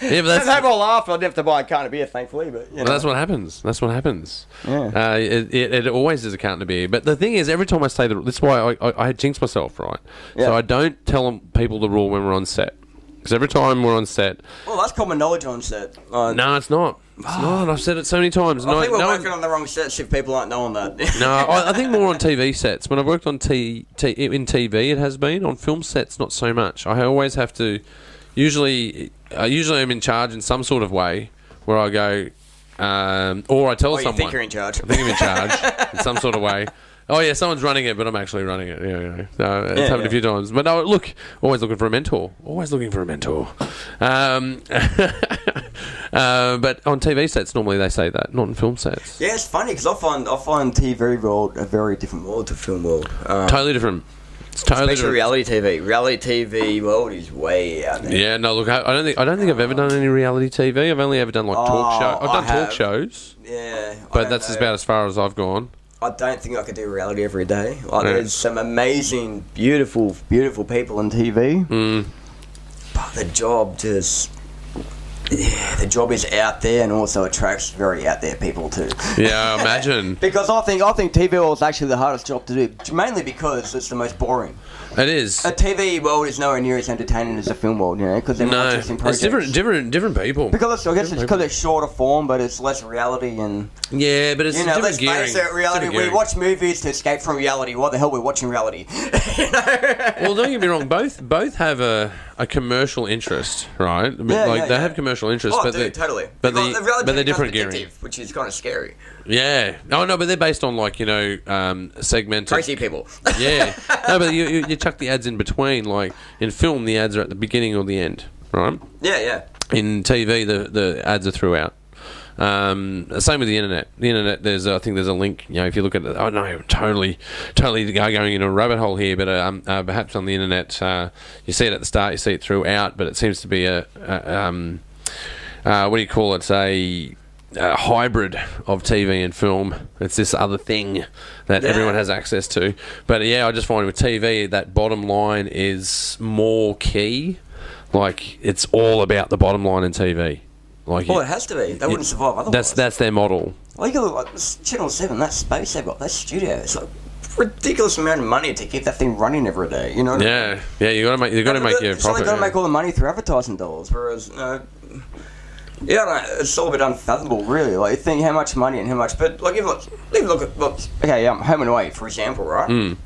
Speaker 1: Yeah, but
Speaker 2: and they
Speaker 1: that's,
Speaker 2: were all laughed. I didn't have to buy a can of beer, thankfully, but you know.
Speaker 1: well, that's what happens. That's what happens.
Speaker 2: Yeah.
Speaker 1: Uh, it, it, it always is a count to beer. But the thing is, every time I say the, that's why I, I, I jinx myself, right?
Speaker 2: Yeah.
Speaker 1: So I don't tell 'em- people the rule when we're on set. Because every time we're on set,
Speaker 2: Well, that's common knowledge on set. Uh,
Speaker 1: no, it's not. *sighs* It's not. I've said it so many times.
Speaker 2: I
Speaker 1: No,
Speaker 2: think we're
Speaker 1: no one-
Speaker 2: working on the wrong sets if people aren't knowing *laughs* that.
Speaker 1: No, I, I think more on TV sets. When I've worked on t, t in TV, it has been on film sets, not so much. I always have to. Usually, I usually am in charge in some sort of way, where I go, um, or I tell
Speaker 2: oh, you
Speaker 1: someone.
Speaker 2: think you're in charge?
Speaker 1: I think I'm in charge
Speaker 2: *laughs*
Speaker 1: in some sort of way. Oh yeah, someone's running it, but I'm actually running it. Yeah, you know. So it's
Speaker 2: Yeah,
Speaker 1: happened
Speaker 2: yeah.
Speaker 1: a few times. But no, look, always looking for a mentor. Always looking for a mentor. Um, *laughs* uh, but on TV sets, normally they say that, not in film sets.
Speaker 2: Yeah, it's funny because I find I find TV world a very different world to film world. Um,
Speaker 1: Totally different. It's totally
Speaker 2: especially
Speaker 1: different.
Speaker 2: reality TV. Reality TV world is way out there.
Speaker 1: Yeah, no, look, I, I don't think I don't think I've ever done any reality TV. I've only ever done like talk
Speaker 2: Oh,
Speaker 1: show. I've
Speaker 2: I
Speaker 1: done talk
Speaker 2: have.
Speaker 1: shows,
Speaker 2: Yeah, I
Speaker 1: but
Speaker 2: don't
Speaker 1: that's as
Speaker 2: know.
Speaker 1: about as far as I've gone.
Speaker 2: I don't think I could do reality every day. Like,
Speaker 1: Yeah.
Speaker 2: There's some amazing, beautiful, beautiful people on TV,
Speaker 1: Mm.
Speaker 2: but the job just. Yeah, the job is out there and also attracts very out there people too.
Speaker 1: Yeah, I
Speaker 2: *laughs*
Speaker 1: imagine
Speaker 2: Because I think I think TV world is actually the hardest job to do, mainly because it's the most boring.
Speaker 1: it is.
Speaker 2: A TV world is nowhere near as entertaining as a film world, you know, because they're
Speaker 1: No,
Speaker 2: not just in
Speaker 1: it's different, different, different people.
Speaker 2: Because it's, I guess it's
Speaker 1: Different
Speaker 2: because it's shorter form, but it's less reality and
Speaker 1: Yeah, but it's
Speaker 2: you know.
Speaker 1: different
Speaker 2: Let's
Speaker 1: gearing.
Speaker 2: face it,
Speaker 1: It's
Speaker 2: reality.
Speaker 1: different
Speaker 2: We
Speaker 1: gearing.
Speaker 2: watch movies to escape from reality. What the hell? We're watching reality. *laughs* You know?
Speaker 1: well, don't get me wrong. Both both have a, a commercial interest, right? I mean,
Speaker 2: Yeah,
Speaker 1: like
Speaker 2: yeah,
Speaker 1: they
Speaker 2: yeah.
Speaker 1: have commercial interests,
Speaker 2: Oh,
Speaker 1: but
Speaker 2: dude,
Speaker 1: they,
Speaker 2: totally.
Speaker 1: but
Speaker 2: Because
Speaker 1: they,
Speaker 2: the reality
Speaker 1: but they're
Speaker 2: becomes
Speaker 1: different gearing.
Speaker 2: addictive, which is kind of scary.
Speaker 1: Yeah. Oh no, but they're based on like you know um, segmented.
Speaker 2: Crazy people. *laughs*
Speaker 1: Yeah. No, but you, you you chuck the ads in between. Like in film, the ads are at the beginning or the end, right?
Speaker 2: yeah, yeah.
Speaker 1: In TV, the the ads are throughout. Um, same with the internet. The internet, there's I think there's a link. You know, if you look at it, oh no, I'm totally, totally going into a rabbit hole here. But um, uh, perhaps on the internet, uh, you see it at the start, you see it throughout. But it seems to be a, a um, uh, what do you call it? A, a hybrid of TV and film. It's this other thing that
Speaker 2: Yeah.
Speaker 1: everyone has access to. But yeah, I just find with TV that bottom line is more key. Like it's all about the bottom line in TV. Like
Speaker 2: Well, it has to be. They wouldn't survive otherwise.
Speaker 1: That's that's their model.
Speaker 2: Well, you look like this Channel Seven. That space they've got, that studio. It's like ridiculous amount of money to keep that thing running every day. You know. What I mean?
Speaker 1: Yeah, yeah. You gotta make you gotta make your
Speaker 2: So they
Speaker 1: profit.
Speaker 2: gotta
Speaker 1: yeah.
Speaker 2: make all the money through advertising dollars, whereas you know, yeah, I don't know, it's all a bit unfathomable, really. Like you think how much money and how much, but like even look, even look at look, okay, um, Home and Away for example, right?
Speaker 1: Mm.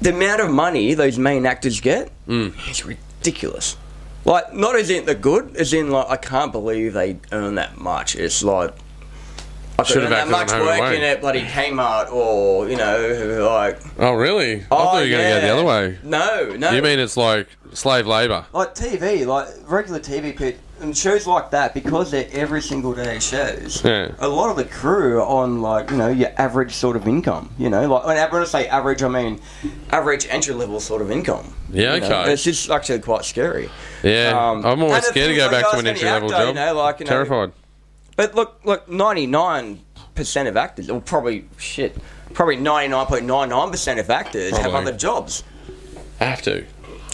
Speaker 2: The amount of money those main actors get
Speaker 1: Mm.
Speaker 2: is ridiculous. Like not as in the good, as in like I can't believe they earn that much. It's like. I could
Speaker 1: Should've
Speaker 2: earn
Speaker 1: acted
Speaker 2: that
Speaker 1: on
Speaker 2: much
Speaker 1: Home and
Speaker 2: working
Speaker 1: Away.
Speaker 2: at bloody Kmart or, you know, like. oh,
Speaker 1: Oh really? I thought you were gonna
Speaker 2: yeah.
Speaker 1: go the other way.
Speaker 2: No, no.
Speaker 1: You mean it's like slave labor?
Speaker 2: like TV, like regular TV pit and shows like that because they're every single day shows.
Speaker 1: Yeah.
Speaker 2: A lot of the crew are on like you know your average sort of income. You know, like when I when I say average, I mean average entry level sort of income.
Speaker 1: Yeah,
Speaker 2: you know?
Speaker 1: okay.
Speaker 2: It's just actually quite scary.
Speaker 1: Yeah,
Speaker 2: Um,
Speaker 1: I'm
Speaker 2: and
Speaker 1: always
Speaker 2: the
Speaker 1: scared to
Speaker 2: thing
Speaker 1: go
Speaker 2: is,
Speaker 1: back
Speaker 2: like,
Speaker 1: to
Speaker 2: us
Speaker 1: an
Speaker 2: when
Speaker 1: entry
Speaker 2: you
Speaker 1: level
Speaker 2: act, though,
Speaker 1: job.
Speaker 2: you know, like, you know-
Speaker 1: Terrified.
Speaker 2: But look, look, ninety nine percent of actors, or probably shit, probably ninety nine point nine nine percent of actors have
Speaker 1: Probably.
Speaker 2: other jobs.
Speaker 1: I have to.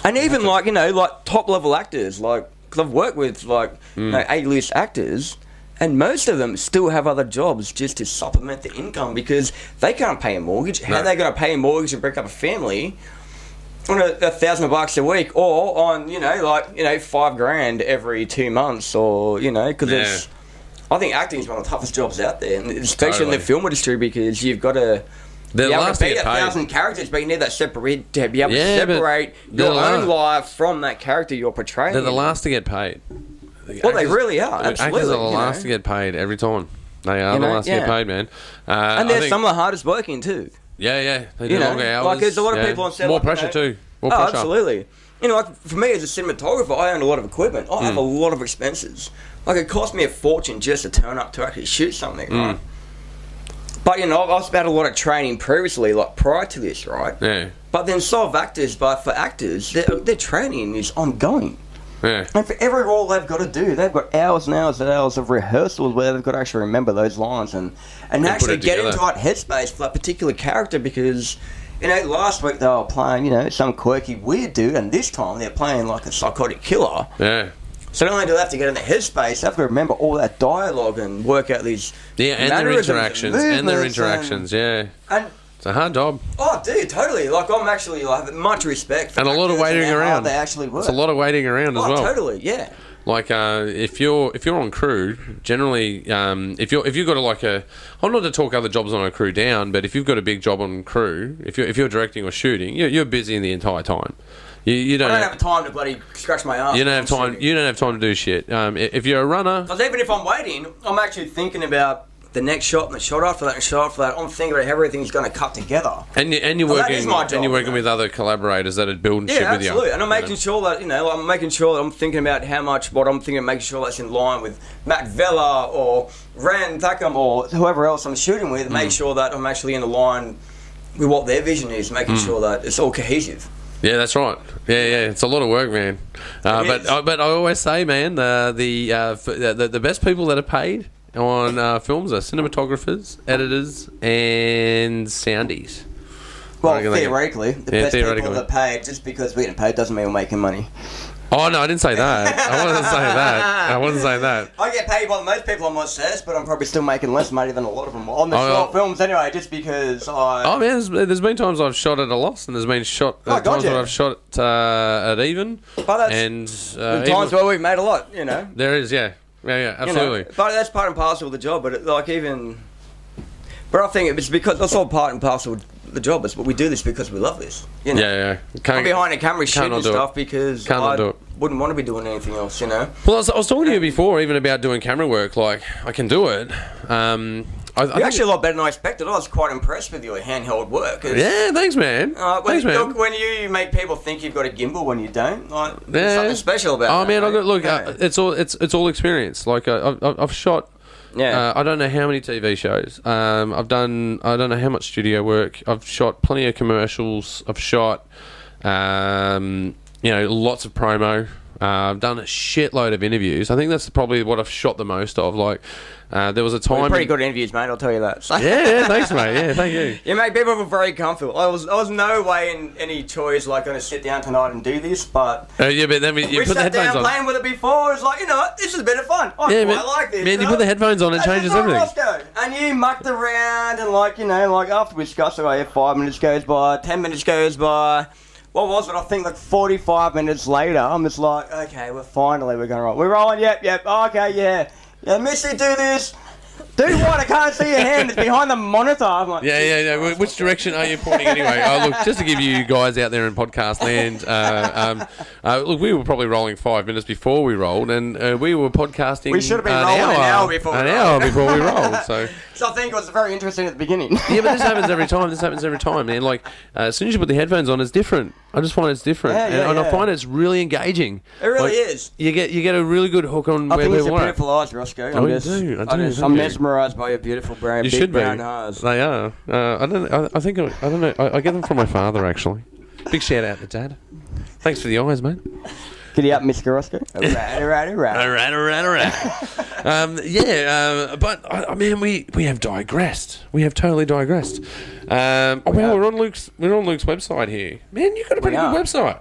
Speaker 2: And even like you know, like top level actors, like because I've worked with like you know, A list actors, and most of them still have other jobs just to supplement the income because they can't pay a mortgage. How
Speaker 1: No.
Speaker 2: are they going to pay a mortgage and break up a family on a, a thousand bucks a week, or on you know like you know five grand every two months, or you know because it's. I think acting is one of the toughest jobs out there, and especially in
Speaker 1: Totally.
Speaker 2: the film industry because you've got to.
Speaker 1: They're
Speaker 2: be able
Speaker 1: last
Speaker 2: to
Speaker 1: to
Speaker 2: be
Speaker 1: get
Speaker 2: a thousand
Speaker 1: paid.
Speaker 2: characters, but you need that separate to be able
Speaker 1: Yeah,
Speaker 2: to
Speaker 1: but
Speaker 2: separate
Speaker 1: they're
Speaker 2: your
Speaker 1: the
Speaker 2: own
Speaker 1: last-
Speaker 2: life from that character you're portraying.
Speaker 1: They're the last to get paid.
Speaker 2: Well, they really are.
Speaker 1: Actors
Speaker 2: Absolutely,
Speaker 1: are the
Speaker 2: you
Speaker 1: last
Speaker 2: know.
Speaker 1: to get paid every time. They are
Speaker 2: You
Speaker 1: the
Speaker 2: know,
Speaker 1: last to get
Speaker 2: yeah.
Speaker 1: paid, man. Uh,
Speaker 2: and
Speaker 1: I
Speaker 2: they're
Speaker 1: think-
Speaker 2: some of the hardest working too.
Speaker 1: Yeah, yeah. They do
Speaker 2: You know,
Speaker 1: longer hours.
Speaker 2: like, there's a lot of
Speaker 1: yeah.
Speaker 2: people on set,
Speaker 1: More
Speaker 2: like, you
Speaker 1: pressure
Speaker 2: know-
Speaker 1: too. More
Speaker 2: oh,
Speaker 1: pressure.
Speaker 2: absolutely. You know, like, for me as a cinematographer, I own a lot of equipment. I
Speaker 1: Hmm.
Speaker 2: have a lot of expenses. Like it cost me a fortune just to turn up to actually shoot something,
Speaker 1: Hmm.
Speaker 2: right? But you know, I've also had a lot of training previously, like prior to this, right?
Speaker 1: Yeah,
Speaker 2: But then, so have actors. But for actors, their, their training is ongoing.
Speaker 1: yeah.
Speaker 2: And for every role they've got to do, they've got hours and hours and hours of rehearsals where they've got to actually remember those lines and, and
Speaker 1: put
Speaker 2: actually
Speaker 1: it
Speaker 2: get
Speaker 1: together.
Speaker 2: into that headspace for that particular character because, you know, last week they were playing, you know, some quirky weird dude and this time they're playing like a psychotic killer.
Speaker 1: Yeah.
Speaker 2: So not only do they have to get in the headspace, they've got to remember all that dialogue and work out these
Speaker 1: Yeah, and their
Speaker 2: mannerisms
Speaker 1: interactions. And their
Speaker 2: movements
Speaker 1: interactions, yeah.
Speaker 2: And
Speaker 1: It's a hard job.
Speaker 2: Oh, dude, totally. Like, I'm actually like have much respect for
Speaker 1: And a lot of
Speaker 2: actors
Speaker 1: waiting
Speaker 2: how hard
Speaker 1: around.
Speaker 2: They actually work.
Speaker 1: It's a lot of waiting around as
Speaker 2: Oh,
Speaker 1: well.
Speaker 2: totally. Yeah.
Speaker 1: Like uh, if you're if you're on crew, generally um, if you're if you've got a, like a I'm not to talk other jobs on a crew down, but if you've got a big job on crew, if you're if you're directing or shooting, you're, you're busy the entire time. You, you
Speaker 2: I
Speaker 1: don't,
Speaker 2: don't
Speaker 1: have,
Speaker 2: have time to bloody scratch my ass.
Speaker 1: you don't have time you don't have time to do shit. Um, i- if you're a runner,
Speaker 2: Because even if I'm waiting, I'm actually thinking about the next shot and the shot after that and shot after that. I'm thinking about how everything's going to cut together.
Speaker 1: and you and you're
Speaker 2: Well, that
Speaker 1: working
Speaker 2: is my job,
Speaker 1: and you're working
Speaker 2: you know.
Speaker 1: with other collaborators that are building shit
Speaker 2: Yeah,
Speaker 1: with you.
Speaker 2: absolutely. And I'm
Speaker 1: you know.
Speaker 2: making sure that you know, I'm making sure that I'm thinking about how much what I'm thinking, making sure that's in line with Matt Vella or Rand Thackham or whoever else I'm shooting with. Make
Speaker 1: Mm.
Speaker 2: sure that I'm actually in the line with what their vision is. Making
Speaker 1: Mm.
Speaker 2: sure that it's all cohesive.
Speaker 1: Yeah, that's right. Yeah, yeah, it's a lot of work, man. Uh,
Speaker 2: It
Speaker 1: but
Speaker 2: is.
Speaker 1: uh, but I always say, man, uh, the, uh, f- the the best people that are paid on uh, films are cinematographers, editors, and soundies.
Speaker 2: Well,
Speaker 1: reckon they get-
Speaker 2: theoretically, the
Speaker 1: Yeah,
Speaker 2: best
Speaker 1: theoretically.
Speaker 2: people that are paid just because we're getting paid doesn't mean we're making money.
Speaker 1: Oh no, I didn't say that.
Speaker 2: *laughs*
Speaker 1: I wasn't saying that. I wasn't saying that.
Speaker 2: I get paid by most people on my sets, but I'm probably still making less money than a lot of them on the
Speaker 1: Oh,
Speaker 2: short
Speaker 1: yeah.
Speaker 2: films anyway. Just because I
Speaker 1: Oh man, there's, there's been times I've shot at a loss, and there's been shot
Speaker 2: Oh,
Speaker 1: times
Speaker 2: gotcha.
Speaker 1: where I've shot uh, at even.
Speaker 2: But that's-
Speaker 1: and uh,
Speaker 2: the times
Speaker 1: even-
Speaker 2: where we've made a lot, you know.
Speaker 1: there is, yeah, yeah, yeah,
Speaker 2: you know.
Speaker 1: absolutely.
Speaker 2: But that's part and parcel of the job. But it, like even, but I think it's because that's all part and parcel of the job. It's what we do this because we love this. You know?
Speaker 1: Yeah, yeah.
Speaker 2: I'm
Speaker 1: Can't-
Speaker 2: behind a camera shooting
Speaker 1: not do it.
Speaker 2: stuff because
Speaker 1: Can't not
Speaker 2: I
Speaker 1: do it.
Speaker 2: wouldn't want to be doing anything else, you know.
Speaker 1: Well, I was, I was talking to you before, even about doing camera work. Like, I can do it. Um, I, I
Speaker 2: You're
Speaker 1: think-
Speaker 2: actually a lot better than I expected. I was quite impressed with your handheld work. It's-
Speaker 1: yeah, thanks, man.
Speaker 2: Uh, when,
Speaker 1: thanks, man.
Speaker 2: look, when you make people think you've got a gimbal when you don't, like, there's
Speaker 1: yeah.
Speaker 2: something special about
Speaker 1: Oh
Speaker 2: that,
Speaker 1: man, I
Speaker 2: right?
Speaker 1: got look.
Speaker 2: Yeah.
Speaker 1: Uh, it's all it's it's all experience. Like uh, I've- I've I've shot.
Speaker 2: Yeah.
Speaker 1: Uh, I don't know how many TV shows. Um, I've done. I don't know how much studio work. I've shot plenty of commercials. I've shot. Um, you know, lots of promo. Uh, I've done a shitload of interviews. I think that's probably what I've shot the most of. Like, uh, there was a time.
Speaker 2: They're pretty
Speaker 1: in-
Speaker 2: good interviews, mate. I'll tell you that. So-
Speaker 1: Yeah, yeah, thanks, mate. Yeah, thank you.
Speaker 2: *laughs* You make people feel very comfortable. I was, I was no way in any choice like going to sit down tonight and do this, but
Speaker 1: Uh, yeah, but then we, you
Speaker 2: we
Speaker 1: put the
Speaker 2: sat
Speaker 1: headphones
Speaker 2: down
Speaker 1: on.
Speaker 2: playing with it before. It's like you know, what, this is a bit of fun. I
Speaker 1: yeah,
Speaker 2: quite
Speaker 1: but-
Speaker 2: like this.
Speaker 1: man, you
Speaker 2: know?
Speaker 1: put the headphones on, it
Speaker 2: That's
Speaker 1: changes
Speaker 2: just like
Speaker 1: everything.
Speaker 2: Roscoe. And you mucked around and like you know, like after we discussed it, like, five minutes goes by, ten minutes goes by. What was it? I think like forty-five minutes later, I'm just like, okay, we're finally we're gonna roll. We're rolling. Yep, yep. Oh, Okay, yeah. Yeah, Missy, do this. Do what? I can't see your hand. It's behind the monitor. I'm like,
Speaker 1: Yeah, yeah, yeah. Wh- Which direction are you pointing anyway? Oh, look, just to give you guys out there in podcast land, uh, um, uh, look, we were probably rolling five minutes before we rolled, and uh, we were podcasting.
Speaker 2: We should have been
Speaker 1: an
Speaker 2: rolling
Speaker 1: hour,
Speaker 2: an hour before we
Speaker 1: an
Speaker 2: rolled.
Speaker 1: hour before we rolled.
Speaker 2: *laughs*
Speaker 1: So.
Speaker 2: So I think it was very interesting at the beginning. *laughs*
Speaker 1: Yeah, but this happens every time. This happens every time, man. Like, uh, as soon as you put the headphones on, it's different. I just find it's different,
Speaker 2: Yeah,
Speaker 1: and,
Speaker 2: yeah,
Speaker 1: and I
Speaker 2: yeah.
Speaker 1: find it's really engaging.
Speaker 2: It really
Speaker 1: Like,
Speaker 2: is.
Speaker 1: You get you get a really good hook on
Speaker 2: I
Speaker 1: where
Speaker 2: think it's
Speaker 1: people
Speaker 2: your
Speaker 1: are.
Speaker 2: beautiful eyes, Roscoe. I'm
Speaker 1: Oh, you
Speaker 2: just,
Speaker 1: do. I
Speaker 2: I
Speaker 1: do,
Speaker 2: am
Speaker 1: thank you.
Speaker 2: mesmerised by your beautiful brown,
Speaker 1: You
Speaker 2: big
Speaker 1: should be.
Speaker 2: brown eyes.
Speaker 1: They are. Uh, I don't. I, I think. I, I don't know. I, I get them from my father actually. Big shout out to Dad. Thanks for the eyes, mate.
Speaker 2: Giddy up, Mr. Roscoe.
Speaker 1: *laughs*
Speaker 2: Alright, alright, alright.
Speaker 1: right, all right, all right. *laughs* um, yeah, um, but I, I mean, we, we have digressed. We have totally digressed. Um, oh, well, we're on Luke's. We're on Luke's website here. Man, you've got a pretty
Speaker 2: We
Speaker 1: good
Speaker 2: are.
Speaker 1: website.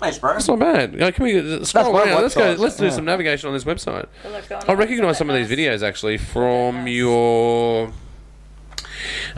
Speaker 2: Thanks, bro.
Speaker 1: It's not bad. Uh, can we uh, scroll
Speaker 2: my
Speaker 1: around? Let's go.
Speaker 2: website.
Speaker 1: Let's do
Speaker 2: Yeah.
Speaker 1: some navigation on this website.
Speaker 3: look on
Speaker 1: I
Speaker 3: it.
Speaker 1: recognise some of these videos actually from your.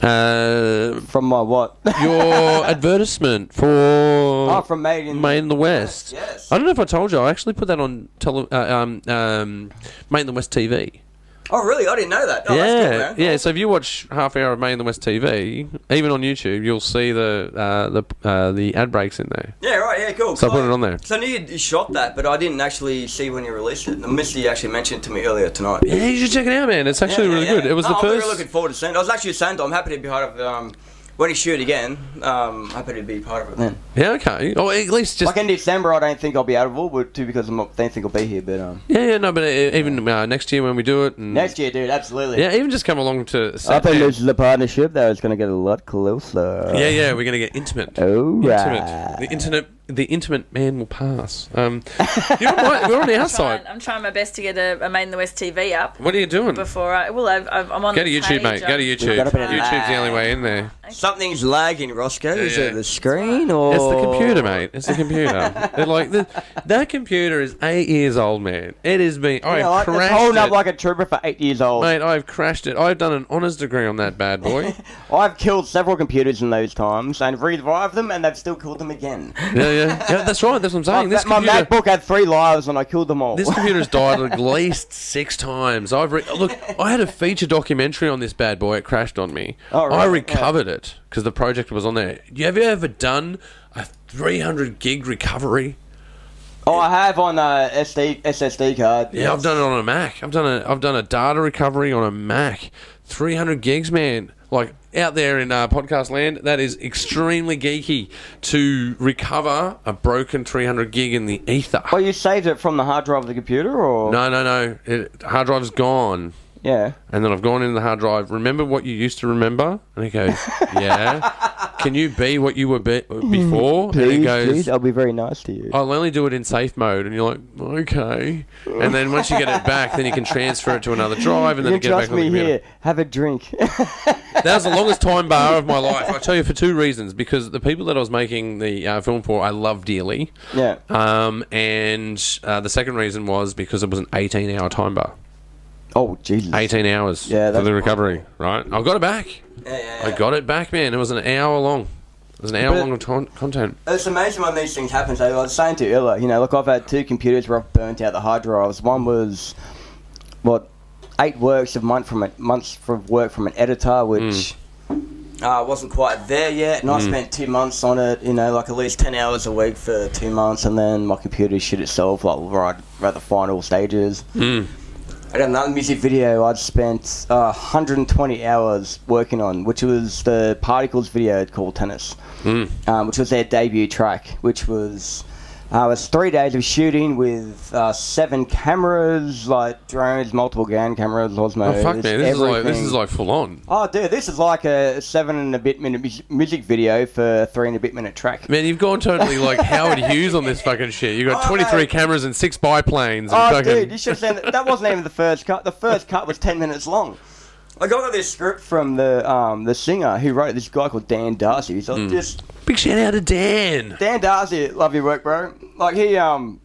Speaker 1: Uh,
Speaker 2: From
Speaker 1: *laughs*
Speaker 2: my what?
Speaker 1: your advertisement for
Speaker 2: oh, from Made in...
Speaker 1: Mate in the Ah, West.
Speaker 2: Yes.
Speaker 1: I don't know if I told you. I actually put that on tele- uh, um, um, Mate in the West TV.
Speaker 2: Oh, really? I didn't know that. Oh,
Speaker 1: yeah,
Speaker 2: that's good, man.
Speaker 1: yeah. So if you watch half hour of Mate in the West TV, even on YouTube, you'll see the uh, the uh, the ad breaks in there.
Speaker 2: Yeah, right, yeah, cool.
Speaker 1: So I put it on there.
Speaker 2: So I knew you shot that, but I didn't actually see when you released it. Misty actually mentioned it to me earlier tonight.
Speaker 1: Yeah, you should check it out, man. It's
Speaker 2: Yeah,
Speaker 1: actually
Speaker 2: yeah,
Speaker 1: really
Speaker 2: yeah.
Speaker 1: good. It was
Speaker 2: No,
Speaker 1: the
Speaker 2: I'm really
Speaker 1: first.
Speaker 2: looking forward to seeing it. I was actually saying, I'm happy to be part of... Um, when you shoot again, um, happy to be part of it then.
Speaker 1: yeah, okay. Or at least just
Speaker 2: Like in December, I don't think I'll be out of Woolwood too because I'm not, don't think I'll be here. But um,
Speaker 1: yeah, yeah. No, but uh, even uh, next year when we do it, and
Speaker 2: next year, dude, absolutely.
Speaker 1: Mm. yeah, even just come along to.
Speaker 2: I
Speaker 1: sit
Speaker 2: think
Speaker 1: down.
Speaker 2: this is a partnership that is going to get a lot closer.
Speaker 1: Yeah, yeah, we're gonna get intimate.
Speaker 2: Oh,
Speaker 1: intimate. The intimate, the intimate man will pass. Um, *laughs* you're on my, we're on our
Speaker 3: Trying,
Speaker 1: side.
Speaker 3: I'm trying my best to get a, a Made in the West TV up
Speaker 1: What are you doing?
Speaker 3: before I. Well, I've, I've, I'm on.
Speaker 1: Go to
Speaker 3: the
Speaker 1: YouTube,
Speaker 3: page,
Speaker 1: mate. Go to
Speaker 3: I'm-
Speaker 1: YouTube.
Speaker 2: gotta put it in
Speaker 1: YouTube's the
Speaker 2: there.
Speaker 1: only way in there.
Speaker 3: Something's lagging, Roscoe. Is
Speaker 1: yeah.
Speaker 3: it the screen or
Speaker 1: It's
Speaker 2: Oh.
Speaker 1: the computer, mate. It's the
Speaker 2: *laughs*
Speaker 1: computer. They're like the, that computer is eight years old, man. It is me. I've
Speaker 2: Yeah, like, it's
Speaker 1: crashed
Speaker 2: holding
Speaker 1: it,
Speaker 2: up like a trooper for eight years old.
Speaker 1: mate. I've crashed it. I've done an honors degree on that bad boy.
Speaker 2: *laughs* I've
Speaker 3: I've killed several computers in those times and revived them, and they've still killed them again.
Speaker 1: yeah, yeah, yeah. That's right. That's what I'm saying. This
Speaker 2: my
Speaker 1: computer,
Speaker 2: MacBook had three lives and I killed them all. *laughs*
Speaker 1: this computer's died at least six times. I've re- look. I had a feature documentary on this bad boy. It crashed on me.
Speaker 2: Oh, right,
Speaker 1: I
Speaker 2: yeah.
Speaker 1: recovered it because the project was on there. You have you ever done a 300 gig recovery?
Speaker 2: oh, I have on uh, SD, SSD card.
Speaker 1: Yeah, I've done it on a Mac. I've done a I've done a data recovery on a Mac. Three hundred gigs, man. Like out there in uh, podcast land, that is extremely geeky to recover a broken three hundred gig in the ether.
Speaker 2: Well, Oh, you saved it from the hard drive of the computer, or
Speaker 1: No, no, no. It, hard drive's gone.
Speaker 2: yeah,
Speaker 1: And then I've gone into the hard drive. Remember what you used to remember? And it
Speaker 2: *laughs*
Speaker 1: goes, yeah. Can you be what you were be- before? and it
Speaker 2: please,
Speaker 1: goes,
Speaker 2: please, I'll be very nice to you.
Speaker 1: I'll only do it in safe mode, and you're like, okay. And then once you get it back, then you can transfer it to another drive, and then
Speaker 2: you
Speaker 1: you get it back
Speaker 2: trust
Speaker 1: on the
Speaker 2: me
Speaker 1: computer.
Speaker 2: here. Have a drink. *laughs*
Speaker 1: That was the longest time bar of my life. I tell you for two reasons: because the people that I was making the uh, film for, I love dearly,
Speaker 2: yeah.
Speaker 1: um, and uh, the second reason was because it was an 18-hour time bar.
Speaker 2: Oh Jesus.
Speaker 1: 18 hours
Speaker 2: Yeah,
Speaker 1: for
Speaker 2: that's-
Speaker 1: the recovery, right? I got it back. I got it back, man. It was an hour long. It was an hour
Speaker 2: But-
Speaker 1: long of ton- content.
Speaker 2: It's amazing when these things happen. So I was saying to you earlier, you know, look, I've had two computers where I've burnt out the hard drives. One was, what, eight works of month from a, months of work from an editor, which uh, wasn't quite there yet. And I
Speaker 1: Hmm.
Speaker 2: spent two months on it, you know, like at least ten hours a week for two months, and then my computer shit itself, like right at the final stages.
Speaker 1: Hmm.
Speaker 2: And another music video I'd spent uh, 120 hours working on, which was the Particles video called Tennis,
Speaker 1: Hmm.
Speaker 2: um, which was their debut track, which was. Uh, it was three days of shooting with uh, seven cameras, like drones, multiple GAN cameras, Osmo.
Speaker 1: Oh fuck, man! This is like this
Speaker 2: everything.
Speaker 1: is like full on.
Speaker 2: Oh, dude, this is like a seven and a bit minute mus- music video for a three and a bit minute track.
Speaker 1: Man, you've gone totally like Howard Hughes on this fucking shit. You got
Speaker 2: Oh,
Speaker 1: 23
Speaker 2: mate.
Speaker 1: cameras and six biplanes. And
Speaker 2: Oh,
Speaker 1: fucking...
Speaker 2: dude, you should have seen that. That wasn't even the first cut. The first cut was ten minutes long. Like, I got this script from the um, the singer who wrote it, this guy called Dan Darcy. So just
Speaker 1: Big shout out to Dan.
Speaker 2: Dan Darcy, love your work, bro. Like he um.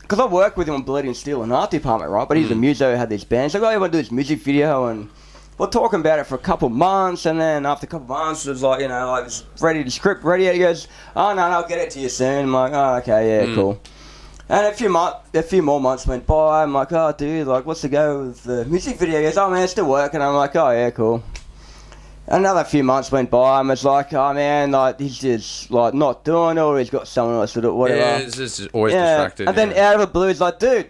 Speaker 2: Because I work with him on Bloody and Steel in the art department, right? But he's a muso, had this band. So I go, want to do this music video, and we're talking about it for a couple months. And then after a couple months, it was like, you know, I was ready to script, ready. And he goes, oh, no, no, I'll get it to you soon. I'm like, oh, okay, yeah, cool. And a few month, a few more months went by. I'm like, oh, dude, like, what's the go with the music video? He goes, oh man, it's still working. I'm like, oh yeah, cool. Another few months went by, and it's like, oh man, like he's just like not doing it, or he's got someone else to do it, whatever.
Speaker 1: Yeah, it's just always distracted.
Speaker 2: and then
Speaker 1: yeah.
Speaker 2: out of the blue, he's like, dude,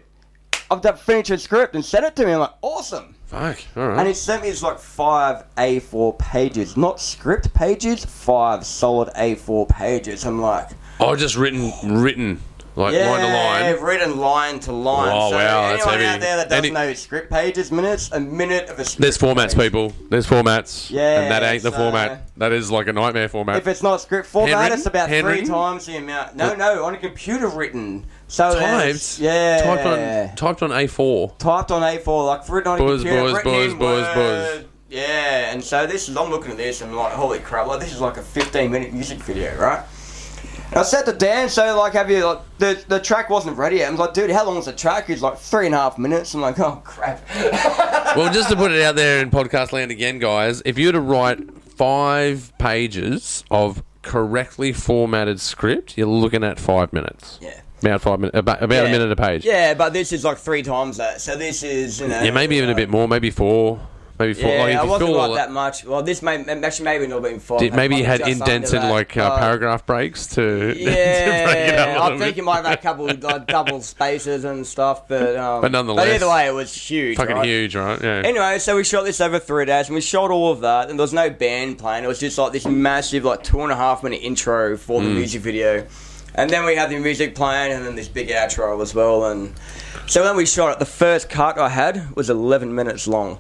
Speaker 2: I've done finished a script and sent it to me. I'm like, awesome.
Speaker 1: fuck. All
Speaker 2: And
Speaker 1: right.
Speaker 2: he sent me it's like five A4 pages, not script pages, five solid A4 pages. I'm like,
Speaker 1: Oh, just written, written, like
Speaker 2: yeah,
Speaker 1: line Uh, to line.
Speaker 2: written line to line.
Speaker 1: Oh,
Speaker 2: so
Speaker 1: wow, that's
Speaker 2: anyone
Speaker 1: heavy.
Speaker 2: out there that doesn't
Speaker 1: Any-
Speaker 2: know script pages, minutes, a minute of a script.
Speaker 1: There's formats,
Speaker 2: page.
Speaker 1: people. There's formats.
Speaker 2: Yeah,
Speaker 1: And that ain't the
Speaker 2: so-
Speaker 1: format. That is like a nightmare format.
Speaker 2: uh, If it's not script format,
Speaker 1: Handwritten?
Speaker 2: it's about three
Speaker 1: Handwritten?
Speaker 2: times the amount. No, no, on a computer written. So
Speaker 1: typed.
Speaker 2: that's- Yeah.
Speaker 1: Typed on, typed on A4.
Speaker 2: typed on A4, like written on
Speaker 1: Boys,
Speaker 2: a computer,
Speaker 1: boys,
Speaker 2: written
Speaker 1: boys,
Speaker 2: in
Speaker 1: boys,
Speaker 2: Word.
Speaker 1: boys.
Speaker 2: Yeah, and so this is, I'm looking at this and I'm like, holy crap, like this is like a 15 minute music video, right? And I said to Dan, so like, have you, like, the, the track wasn't ready yet. I'm like, dude, how long is the track? He's like, three and a half minutes. I'm like, oh crap.
Speaker 1: well, just to put it out there in podcast land again, guys, if you were to write five pages of correctly formatted script, you're looking at five minutes.
Speaker 2: Yeah.
Speaker 1: About five minutes, about, about a
Speaker 2: Yeah.
Speaker 1: minute a page.
Speaker 2: Yeah, but this is like three times that. So this is, you know.
Speaker 1: Yeah, maybe even a bit more, maybe four, maybe four.
Speaker 2: Yeah,
Speaker 1: Like, if
Speaker 2: I
Speaker 1: you
Speaker 2: wasn't
Speaker 1: fill
Speaker 2: like
Speaker 1: all
Speaker 2: that much. Well, this may actually maybe not been five.
Speaker 1: Did, maybe you had
Speaker 2: Just under
Speaker 1: indented
Speaker 2: that.
Speaker 1: like uh,
Speaker 2: Uh,
Speaker 1: paragraph breaks to, *laughs* to break it
Speaker 2: Yeah,
Speaker 1: up a
Speaker 2: I
Speaker 1: little
Speaker 2: think
Speaker 1: bit.
Speaker 2: you might have had a couple of like, double spaces and stuff, but um,
Speaker 1: But nonetheless,
Speaker 2: either way, it was huge.
Speaker 1: Fucking
Speaker 2: right?
Speaker 1: huge, right? Yeah.
Speaker 2: Anyway, so we shot this over three days, and we shot all of that, and there was no band playing. It was just like this massive, like two and a half minute intro for
Speaker 1: Mm.
Speaker 2: the music video, and then we had the music playing, and then this big outro as well. And so when we shot it, the first cut I had was 11 minutes long.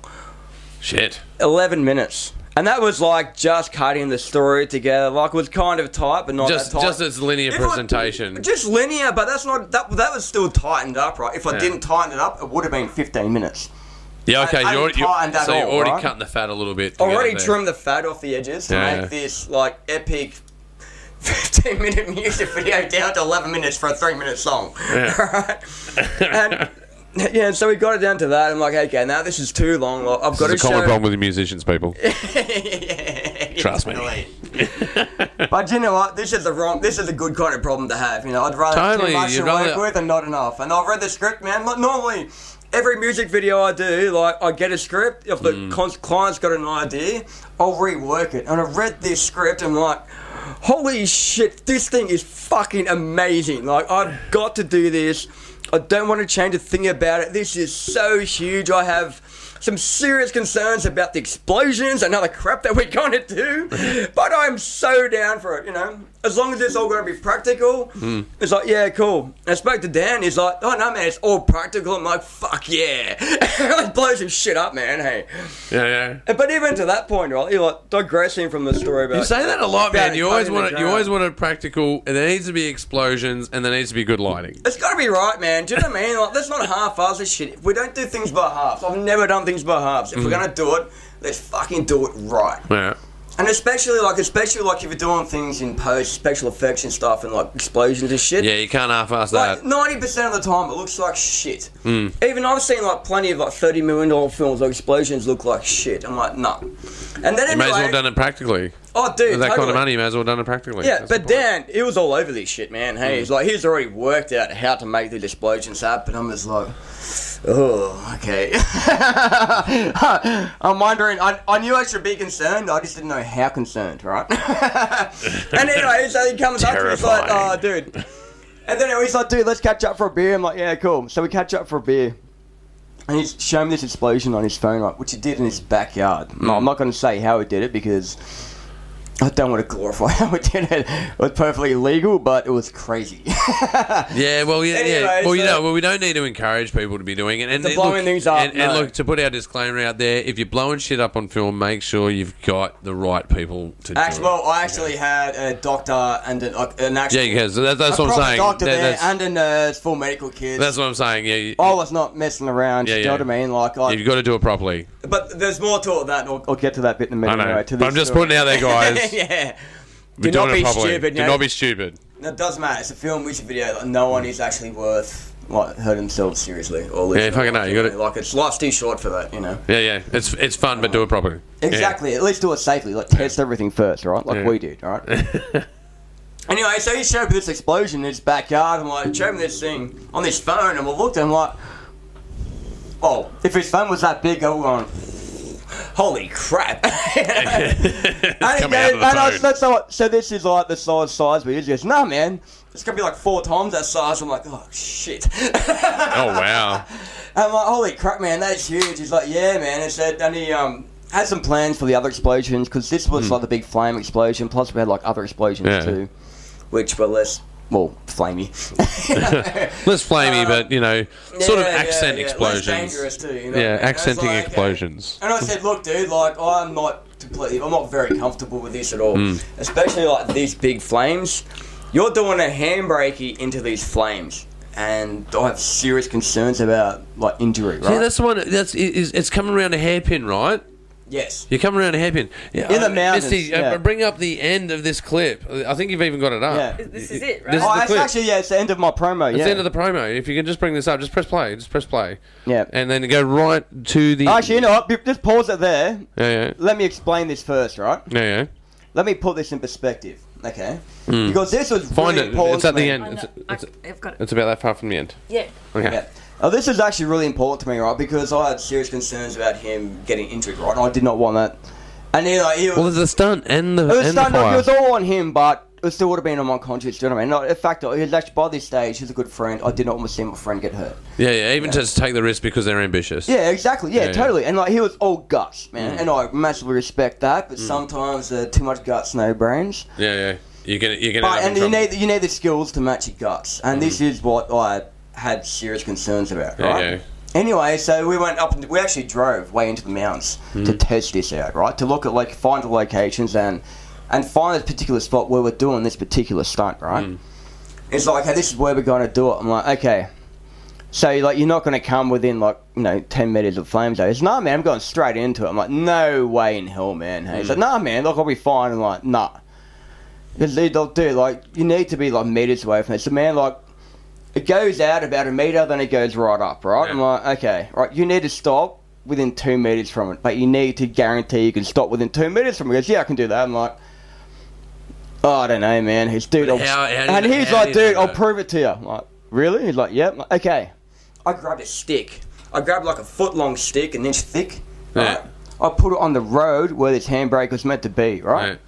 Speaker 1: Shit.
Speaker 2: 11 minutes. And that was like just cutting the story together. Like it was kind of tight, but not
Speaker 1: Just,
Speaker 2: that tight.
Speaker 1: just its linear
Speaker 2: If I-
Speaker 1: presentation.
Speaker 2: just linear, but that's not that. That was still tightened up, right? If I
Speaker 1: Yeah.
Speaker 2: didn't tighten it up, it would have been fifteen minutes.
Speaker 1: Yeah, okay.
Speaker 4: I- I
Speaker 1: you already, you,
Speaker 4: tightened that
Speaker 1: so you're
Speaker 4: all,
Speaker 1: already
Speaker 4: right?
Speaker 1: cutting the fat a little bit. to get
Speaker 2: already
Speaker 1: it there.
Speaker 2: trimmed the fat off the edges to
Speaker 1: Yeah.
Speaker 2: make this like epic *laughs* 15 minute music video down to 11 minutes for a 3 minute song
Speaker 1: Yeah.
Speaker 2: *laughs* Alright? and *laughs* yeah so we got it down to that i'm like okay now this is too long like, i've got
Speaker 1: This is
Speaker 2: to
Speaker 1: a common
Speaker 2: show
Speaker 1: problem with the musicians, people.
Speaker 2: *laughs*
Speaker 1: Trust me. *laughs*
Speaker 2: but you know what? This is the wrong. This is a good kind of problem to have. You know, I'd rather have
Speaker 1: Totally,
Speaker 2: too much
Speaker 1: you'd
Speaker 2: to work
Speaker 1: rather-
Speaker 2: with and not enough. And I've read the script, man. Like, normally, every music video I do, like I get a script. If the
Speaker 1: Mm.
Speaker 2: con- client's got an idea, I'll rework it. And I read this script and like. Holy shit, this thing is fucking amazing. Like, I've got to do this. I don't want to change a thing about it. This is so huge. I have some serious concerns about the explosions and other crap that we're going
Speaker 1: *laughs*
Speaker 2: to do. But I'm so down for it, you know. As long as it's all going to be practical,
Speaker 1: Hmm.
Speaker 2: it's like, yeah, cool. I spoke to Dan, he's like, oh, no, man, it's all practical. I'm like, fuck yeah. *laughs* Let's blow some shit up, man, hey.
Speaker 1: Yeah, yeah.
Speaker 2: But even to that point, right, you're like digressing from the story about...
Speaker 1: You say that a lot, man.
Speaker 2: about
Speaker 1: You always
Speaker 2: cutting
Speaker 1: want
Speaker 2: the
Speaker 1: it. You
Speaker 2: grass.
Speaker 1: always want it practical, and there needs to be explosions, and there needs to be good lighting.
Speaker 2: It's got to be right, man. Do you know what I mean? Like, let's not half-ass this shit. We don't do things by halves. I've never done things by halves.
Speaker 1: Hmm.
Speaker 2: If we're going to do it, let's fucking do it right.
Speaker 1: Yeah.
Speaker 2: And especially like, especially like if you're doing things in post special effects and stuff, and like explosions and shit.
Speaker 1: Yeah, you can't half-ass that.
Speaker 2: Like ninety percent of the time, it looks like shit.
Speaker 1: Hmm.
Speaker 2: Even I've seen like plenty of like thirty million dollar films where explosions look like shit. I'm like, no. And then
Speaker 1: you may
Speaker 2: anyway,
Speaker 1: as well have done it practically.
Speaker 2: oh dude,
Speaker 1: With that kind
Speaker 2: totally.
Speaker 1: of money, you may as well have done it practically.
Speaker 2: Yeah,
Speaker 1: That's the
Speaker 2: but
Speaker 1: point. Mm.
Speaker 2: Dan, he was all over this shit, man. Hey, he's like, he's already worked out how to make the explosions happen. I'm just like, oh, okay. *laughs* I'm wondering. I, I knew I should be concerned. I just didn't know how concerned, right? *laughs* and anyway, so he comes up to me, he's like, oh,
Speaker 1: Terrifying.
Speaker 2: dude. And then he's like, dude, let's catch up for a beer. I'm like, yeah, cool. So we catch up for a beer. And he's showing me this explosion on his phone, right, which he did in his backyard. No, I'm not going to say how he did it because I don't want to glorify *laughs* how he did it. It was perfectly legal, but it was crazy. *laughs*
Speaker 1: Yeah, well, yeah, yeah.
Speaker 2: Anyway,
Speaker 1: Well, you
Speaker 2: so-
Speaker 1: know, well, we don't need to encourage people to be doing it. And
Speaker 2: To
Speaker 1: and
Speaker 2: blowing
Speaker 1: look,
Speaker 2: things up,
Speaker 1: And, and
Speaker 2: no.
Speaker 1: look, to put our disclaimer out there, if you're blowing shit up on film, make sure you've got the right people to do
Speaker 2: actually,
Speaker 1: it.
Speaker 2: well, I actually had a doctor and an, an actual.
Speaker 1: yeah, because that, that's
Speaker 2: a
Speaker 1: what I'm
Speaker 2: proper
Speaker 1: saying.
Speaker 2: doctor
Speaker 1: That-
Speaker 2: there
Speaker 1: that's,
Speaker 2: and a nurse, full medical kids.
Speaker 1: that's what I'm saying. Yeah, you,
Speaker 2: I was not messing around.
Speaker 1: Yeah,
Speaker 2: you know
Speaker 1: yeah.
Speaker 2: what I mean? Like, I,
Speaker 1: you've got to do it properly.
Speaker 2: but there's more to it than that. I'll, I'll get to that bit in a
Speaker 1: I
Speaker 2: minute.
Speaker 1: know.
Speaker 2: anyway, to
Speaker 1: but I'm
Speaker 2: this
Speaker 1: just
Speaker 2: story. *laughs*
Speaker 1: putting it out there, guys.
Speaker 2: yeah.
Speaker 1: We're
Speaker 2: Do not
Speaker 1: doing it
Speaker 2: be
Speaker 1: properly.
Speaker 2: stupid,
Speaker 1: Do
Speaker 2: you know?
Speaker 1: not be stupid.
Speaker 2: That does matter. It's a film, music video. Like, no one is actually worth like hurt themselves seriously or losing.
Speaker 1: Yeah, fucking
Speaker 2: their
Speaker 1: no,
Speaker 2: life,
Speaker 1: you gotta-
Speaker 2: know? Like it's life's too short for that, you know.
Speaker 1: Yeah, yeah. It's it's fun, but do it properly. Yeah. *laughs*
Speaker 2: Exactly. *laughs* At least do it safely. Like test everything first, right? Like
Speaker 1: Yeah.
Speaker 2: we did, right?
Speaker 1: *laughs*
Speaker 2: anyway, so he showed me this explosion in his backyard. I'm like, show me this thing on this phone, and I looked, and I'm like, oh, if his phone was that big, I would have gone, holy
Speaker 1: *laughs*
Speaker 2: crap. *laughs*
Speaker 1: It's coming out of the
Speaker 2: and I,
Speaker 1: phone.
Speaker 2: that's not, so this is like the size size, but he's just, nah, man. It's gonna be like four times that size. I'm like, oh shit. *laughs*
Speaker 1: Oh wow.
Speaker 2: I'm like, holy crap, man, that is huge. He's like, yeah, man. It's that, and he um had some plans for the other explosions because this was like the big flame explosion. Plus, we had like other explosions
Speaker 1: Hmm. Yeah.
Speaker 2: too, which were less well flamey.
Speaker 1: Less flamey, but you know, sort of
Speaker 2: Uh, Yeah, yeah,
Speaker 1: accent
Speaker 2: yeah, less
Speaker 1: explosions.
Speaker 2: dangerous too. You know what I mean?
Speaker 1: Yeah,
Speaker 2: And it's
Speaker 1: accenting
Speaker 2: like, uh, okay.
Speaker 1: explosions.
Speaker 2: And I said, look, dude, like I'm not completely, I'm not very comfortable with this at all,
Speaker 1: Hmm.
Speaker 2: especially like these big flames. You're doing a handbrakey into these flames, and I have serious concerns about like injury, right?
Speaker 1: Yeah, that's the one. That's it- it's, it's coming around a hairpin, right?
Speaker 2: yes.
Speaker 1: You're coming around a hairpin. Yeah,
Speaker 2: In the
Speaker 1: uh,
Speaker 2: mountains,
Speaker 1: Misty, uh,
Speaker 2: yeah.
Speaker 1: bring up the end of this clip. I think you've even got it up.
Speaker 2: Yeah.
Speaker 3: This is it, right?
Speaker 1: This is
Speaker 2: Oh,
Speaker 1: the
Speaker 2: that's
Speaker 1: clip.
Speaker 2: actually yeah, it's the end of my promo.
Speaker 1: It's
Speaker 2: yeah.
Speaker 1: the end of the promo. If you can just bring this up, just press play. Just press play.
Speaker 2: Yeah.
Speaker 1: And then go right to the.
Speaker 4: Actually, you know what? Be- Just pause it there.
Speaker 1: Yeah, yeah.
Speaker 4: Let me explain this first, right?
Speaker 1: Yeah, yeah.
Speaker 4: Let me put this in perspective, okay? Because this was
Speaker 1: Hmm. Find
Speaker 4: really
Speaker 1: it.
Speaker 4: important
Speaker 1: It's at
Speaker 4: to me.
Speaker 1: the end.
Speaker 3: I
Speaker 1: It's,
Speaker 3: know.
Speaker 1: it's,
Speaker 3: I- I've got it.
Speaker 1: it's about that far from the end.
Speaker 3: Yeah.
Speaker 1: Okay.
Speaker 4: Yeah.
Speaker 2: Now, this is actually really important to me, right? Because I had serious concerns about him getting injured, right? And I did not want that. And he like he was,
Speaker 1: Well, there's a stunt and the
Speaker 4: It was,
Speaker 1: and the
Speaker 4: done,
Speaker 1: fire.
Speaker 4: it was all on him, but it still would have been on my conscience, do you know what I mean? Not, in fact, he was actually, by this stage, he's a good friend. I did not want to see my friend get hurt.
Speaker 1: yeah, yeah. Even to take the risk because they're ambitious.
Speaker 4: Yeah, exactly. Yeah,
Speaker 1: Yeah, Mm. yeah.
Speaker 4: totally. And like he was all guts, man, and I massively respect that.
Speaker 1: Mm.
Speaker 4: But sometimes uh, too much guts, no brains.
Speaker 1: Yeah, yeah. You're gonna you're gonna.
Speaker 4: But and
Speaker 1: end up
Speaker 4: you
Speaker 1: in trouble. Mm.
Speaker 4: need you need the skills to match your guts, and this is what I had serious concerns about.
Speaker 1: Yeah,
Speaker 4: Right.
Speaker 1: yeah.
Speaker 4: Anyway, so we went up and we actually drove way into the mountains to
Speaker 1: Mm.
Speaker 4: test this out, right? To look at like find the locations and and find a particular spot where we're doing
Speaker 1: Mm.
Speaker 4: this particular stunt, right? It's like, hey, this is where we're going to do it. I'm like, okay.
Speaker 2: So like you're not going to come within like you know ten meters of flame zones. Nah, man, I'm going straight into it. I'm like, no way in hell, man. Hey,
Speaker 1: Mm.
Speaker 2: he's like, nah, man, look, I'll be fine. I'm like, nah. Because they they'll do like you need to be like meters away from it. So man, like it goes out about a meter, then it goes right up, right? I'm
Speaker 1: Yeah.
Speaker 2: like, okay, right, you need to stop within two meters from it, but you need to guarantee you can stop within two meters from it. He goes, yeah, I can do that. I'm like, oh, I don't know, man. He's dude, I'll,
Speaker 1: But how- how do you
Speaker 2: and
Speaker 1: know-
Speaker 2: he's
Speaker 1: how
Speaker 2: like,
Speaker 1: do you
Speaker 2: dude,
Speaker 1: know
Speaker 2: I'll
Speaker 1: that?
Speaker 2: prove it to you. I'm like, really? He's like, yep. I'm like, okay. I grabbed a stick. I grabbed like a foot long stick, an inch thick.
Speaker 1: Yeah.
Speaker 2: Right? I put it on the road where this handbrake was meant to be, right?
Speaker 1: Right.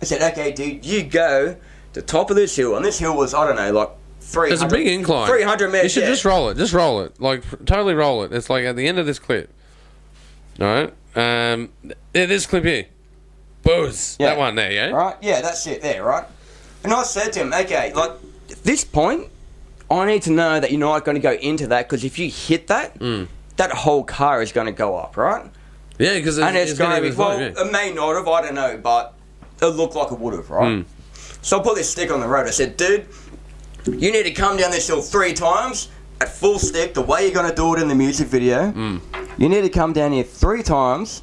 Speaker 2: I said, okay, dude, you go to the top of this hill. And this hill was, I don't know, like 300.
Speaker 1: There's a big incline.
Speaker 2: 300 meters.
Speaker 1: You should
Speaker 2: yeah.
Speaker 1: just roll it. Just roll it. Like f- totally roll it. It's like at the end of this clip. All right. Um, th- this clip here. Booze.
Speaker 2: Yeah.
Speaker 1: That one there. Yeah.
Speaker 2: Right? Yeah, that's it there, right? And I said to him, okay, like, at this point, I need to know that you're not going to go into that because if you hit that,
Speaker 1: Mm.
Speaker 2: that whole car is going to go up, right?
Speaker 1: Yeah, because it's,
Speaker 2: and it's,
Speaker 1: gonna
Speaker 2: going to
Speaker 1: be
Speaker 2: be well.
Speaker 1: fine, yeah.
Speaker 2: It may not have, I don't know, but it looked like it would have, right? So I put this stick on the road. I said, dude, you need to come down this hill three times at full stick, the way you're going to do it in the music video. You need to come down here three times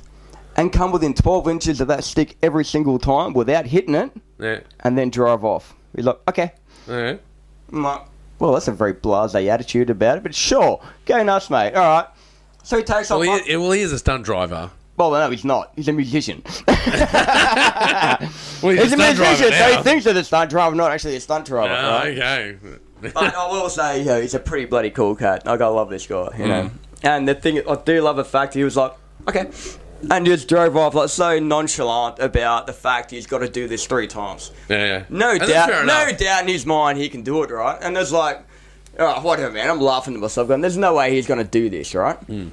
Speaker 2: and come within 12 inches of that stick every single time without hitting it,
Speaker 1: Yeah.
Speaker 2: and then drive off. He's like, okay.
Speaker 1: All right.
Speaker 2: I'm like, well, that's a very blasé attitude about it, but sure, go nuts, mate. All right. So he takes off.
Speaker 1: Well,
Speaker 2: my-
Speaker 1: he, well, he is a stunt driver.
Speaker 2: well, no, he's not. He's a *laughs* musician.
Speaker 1: Well,
Speaker 2: He's a
Speaker 1: stunt driver
Speaker 2: musician, so
Speaker 1: now.
Speaker 2: he thinks that a stunt driver, not actually a stunt driver.
Speaker 1: Oh,
Speaker 2: right?
Speaker 1: okay.
Speaker 2: But I will say, you know, he's a pretty bloody cool cat. Like, I love this guy, you
Speaker 1: Mm.
Speaker 2: know. And the thing, I do love the fact he was like, okay. And just drove off, like, so nonchalant about the fact he's got to do this three times.
Speaker 1: yeah, yeah.
Speaker 2: No
Speaker 1: And that's fair
Speaker 2: doubt, no
Speaker 1: enough.
Speaker 2: doubt in his mind he can do it, right? And there's like, oh, whatever, man. I'm laughing to myself, going, there's no way he's going to do this, right?
Speaker 1: Mm.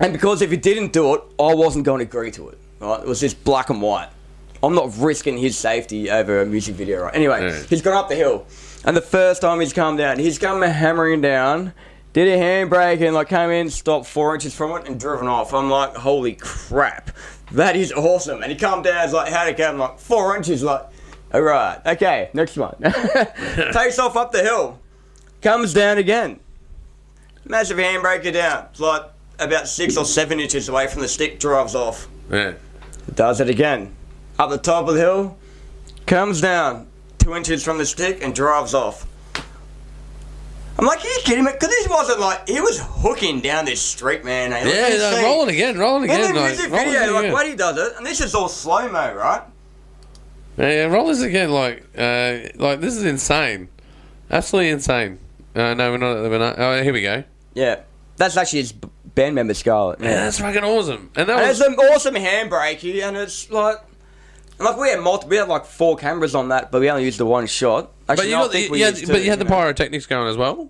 Speaker 2: And because if he didn't do it, I wasn't going to agree to it, right? It was just black and white. I'm not risking his safety over a music video, right? Anyway,
Speaker 1: Yeah.
Speaker 2: he's gone up the hill, and the first time he's come down, he's come hammering down. Did a handbrake and like came in, stopped four inches from it, and driven off. I'm like, holy crap, that is awesome! And he come down, he's like, how'd it go? I'm like, four inches, like, all right, okay, next one. *laughs* Takes off up the hill, comes down again. Massive handbrake down. It's like about six or seven inches away from the stick, drives off.
Speaker 1: Yeah.
Speaker 2: Does it again. Up the top of the hill, comes down two inches from the stick and drives off. I'm like, are you kidding me? Because this wasn't like, he was hooking down this street, man. eh? Like,
Speaker 1: Yeah,
Speaker 2: you
Speaker 1: no,
Speaker 2: see-
Speaker 1: rolling again, rolling again.
Speaker 2: In the
Speaker 1: like,
Speaker 2: music
Speaker 1: rolling
Speaker 2: video, like,
Speaker 1: again.
Speaker 2: when he does it, and this is all slow mo, right?
Speaker 1: Yeah, yeah, rollers again. Like, uh, like this is insane, absolutely insane. Uh, no, we're not. We're not. Oh, here we go.
Speaker 2: Yeah. That's actually his b- band member, Scarlett.
Speaker 1: Yeah, that's fucking awesome. And that
Speaker 2: And
Speaker 1: was
Speaker 2: it's an awesome handbrake, here, and it's like, and like we had multiple, we had like four cameras on that, but we only used the one shot.
Speaker 1: But
Speaker 2: Actually,
Speaker 1: you
Speaker 2: no, I
Speaker 1: got the,
Speaker 2: think we
Speaker 1: you had,
Speaker 2: used
Speaker 1: but
Speaker 2: two,
Speaker 1: you had the
Speaker 2: know.
Speaker 1: pyrotechnics going as well.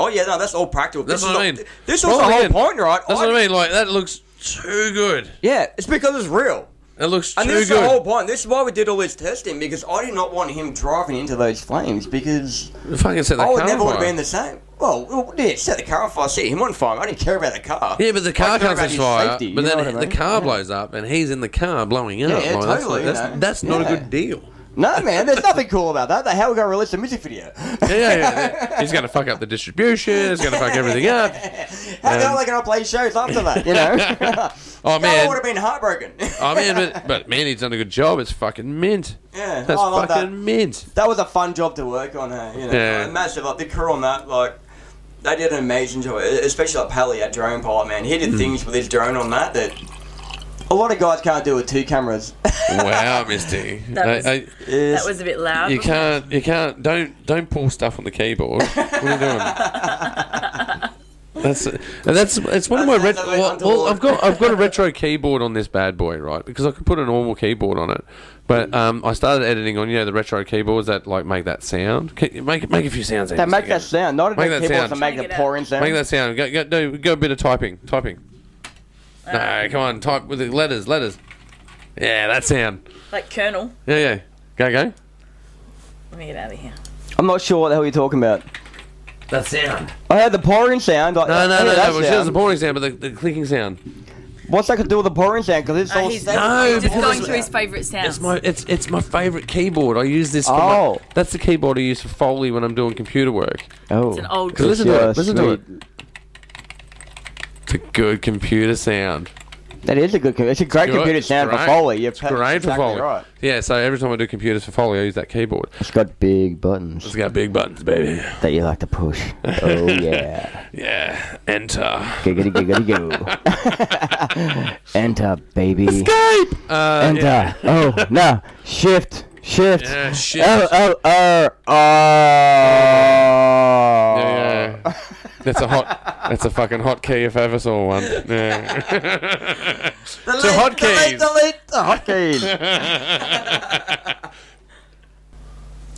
Speaker 2: Oh yeah, no, that's all practical.
Speaker 1: That's
Speaker 2: this
Speaker 1: what I
Speaker 2: is
Speaker 1: mean.
Speaker 2: the- This was
Speaker 1: Roll
Speaker 2: the
Speaker 1: it
Speaker 2: whole
Speaker 1: in.
Speaker 2: point, right?
Speaker 1: That's what I mean. Like that looks too good.
Speaker 2: Yeah, it's because it's real.
Speaker 1: It looks
Speaker 2: And
Speaker 1: too
Speaker 2: this is the whole
Speaker 1: good.
Speaker 2: point. This is why we did all this testing because I did not want him driving into those flames because
Speaker 1: fucking set the
Speaker 2: I would
Speaker 1: car
Speaker 2: never
Speaker 1: on
Speaker 2: would have
Speaker 1: fire.
Speaker 2: been the same. Well, yeah, set the car on fire, set him on fire. I didn't care about the car.
Speaker 1: Yeah, but the
Speaker 2: I
Speaker 1: car
Speaker 2: cared
Speaker 1: comes
Speaker 2: about
Speaker 1: on
Speaker 2: his
Speaker 1: fire,
Speaker 2: safety,
Speaker 1: but
Speaker 2: you know
Speaker 1: then
Speaker 2: what I
Speaker 1: the
Speaker 2: mean?
Speaker 1: car blows up, and he's in the car blowing up.
Speaker 2: yeah,
Speaker 1: Like,
Speaker 2: totally,
Speaker 1: That's,
Speaker 2: you know.
Speaker 1: that's, that's not a
Speaker 2: Yeah.
Speaker 1: good deal.
Speaker 2: No, man, there's nothing cool about that. The hell we're gonna release a music video.
Speaker 1: Yeah, yeah,
Speaker 2: *laughs*
Speaker 1: yeah. he's gonna fuck up the distribution. He's gonna fuck everything up.
Speaker 2: How the hell are they going to play shows after that?
Speaker 1: *laughs*
Speaker 2: You know,
Speaker 1: Oh
Speaker 2: I would
Speaker 1: man,
Speaker 2: have been heartbroken.
Speaker 1: oh man, but, but man, he's done a good job. It's fucking mint.
Speaker 2: *laughs* Yeah,
Speaker 1: that's
Speaker 2: I love that.
Speaker 1: fucking mint.
Speaker 2: that was a fun job to work on. Hey, you know,
Speaker 1: Yeah.
Speaker 2: like, massive. Like the crew on that, like they did an amazing job. e-, Especially like Pally, our drone pilot, man, he
Speaker 1: Mm.
Speaker 2: did things with his drone on that that a lot of guys can't do with two cameras. *laughs*
Speaker 1: Wow, Misty.
Speaker 3: That was-
Speaker 1: I- I-
Speaker 3: That was a bit loud.
Speaker 1: You can't. You can't. Don't. Don't pull stuff on the keyboard. What are you doing? That's and that's it's one of my ret-
Speaker 2: That's- that's the way
Speaker 1: well,
Speaker 2: onto
Speaker 1: well
Speaker 2: all.
Speaker 1: I've got I've got a retro keyboard on this bad boy right because I could put a normal keyboard on it but um, I started editing on you know the retro keyboards that like make that sound Ca- make make a few sounds
Speaker 2: They make that
Speaker 1: that
Speaker 2: sound, not
Speaker 1: Make
Speaker 2: make
Speaker 1: that
Speaker 2: the keyboards
Speaker 1: sound.
Speaker 2: that make
Speaker 3: Make
Speaker 2: the
Speaker 3: it
Speaker 2: pouring sound.
Speaker 1: make that sound go go no, go a bit of typing typing no come on type with the letters letters yeah that sound
Speaker 3: Like Colonel.
Speaker 1: yeah yeah go go
Speaker 3: Let me get out of here.
Speaker 2: I'm not sure what the hell you're talking about.
Speaker 1: that sound
Speaker 2: I heard the pouring sound. Like,
Speaker 1: no no no,
Speaker 2: I heard
Speaker 1: no,
Speaker 2: that
Speaker 1: it was just
Speaker 2: sound.
Speaker 1: the pouring sound but the, the clicking sound
Speaker 2: What's that got to do with the boring sound? Because it's
Speaker 3: Oh,
Speaker 2: all
Speaker 3: he's
Speaker 2: static.
Speaker 1: No,
Speaker 3: he's just
Speaker 1: because-
Speaker 3: going through his favourite sounds.
Speaker 1: It's my it's it's my favorite keyboard. I use this. For
Speaker 2: Oh.
Speaker 1: my, that's the keyboard I use for Foley when I'm doing computer worwork.
Speaker 2: Oh,
Speaker 3: an old-
Speaker 1: Cause listen to
Speaker 2: Yeah,
Speaker 1: it. Listen to it.
Speaker 2: sweet.
Speaker 1: It's a good computer sound.
Speaker 2: That is a good. Com- it's a great
Speaker 1: Good,
Speaker 2: computer
Speaker 1: it's
Speaker 2: sound for
Speaker 1: great.
Speaker 2: Foley. You're
Speaker 1: It's great for Foley. Yeah. So every time I do computers for Foley, I use that keyboard.
Speaker 2: It's got big buttons
Speaker 1: It's got big buttons, baby.
Speaker 2: that you like to push. Oh yeah,
Speaker 1: Yeah. Enter.
Speaker 2: giggity giggity
Speaker 1: *laughs*
Speaker 2: go. Enter, baby.
Speaker 1: Escape. Uh,
Speaker 2: Enter.
Speaker 1: yeah.
Speaker 2: Oh no, shift, shift.
Speaker 1: Yeah, shift.
Speaker 2: Oh oh oh oh.
Speaker 1: Yeah, *laughs* yeah. *laughs* That's a hot. That's a fucking hot key if I ever saw one. *laughs* Yeah. to
Speaker 2: Delete,
Speaker 1: hotkeys.
Speaker 2: delete, hotkeys.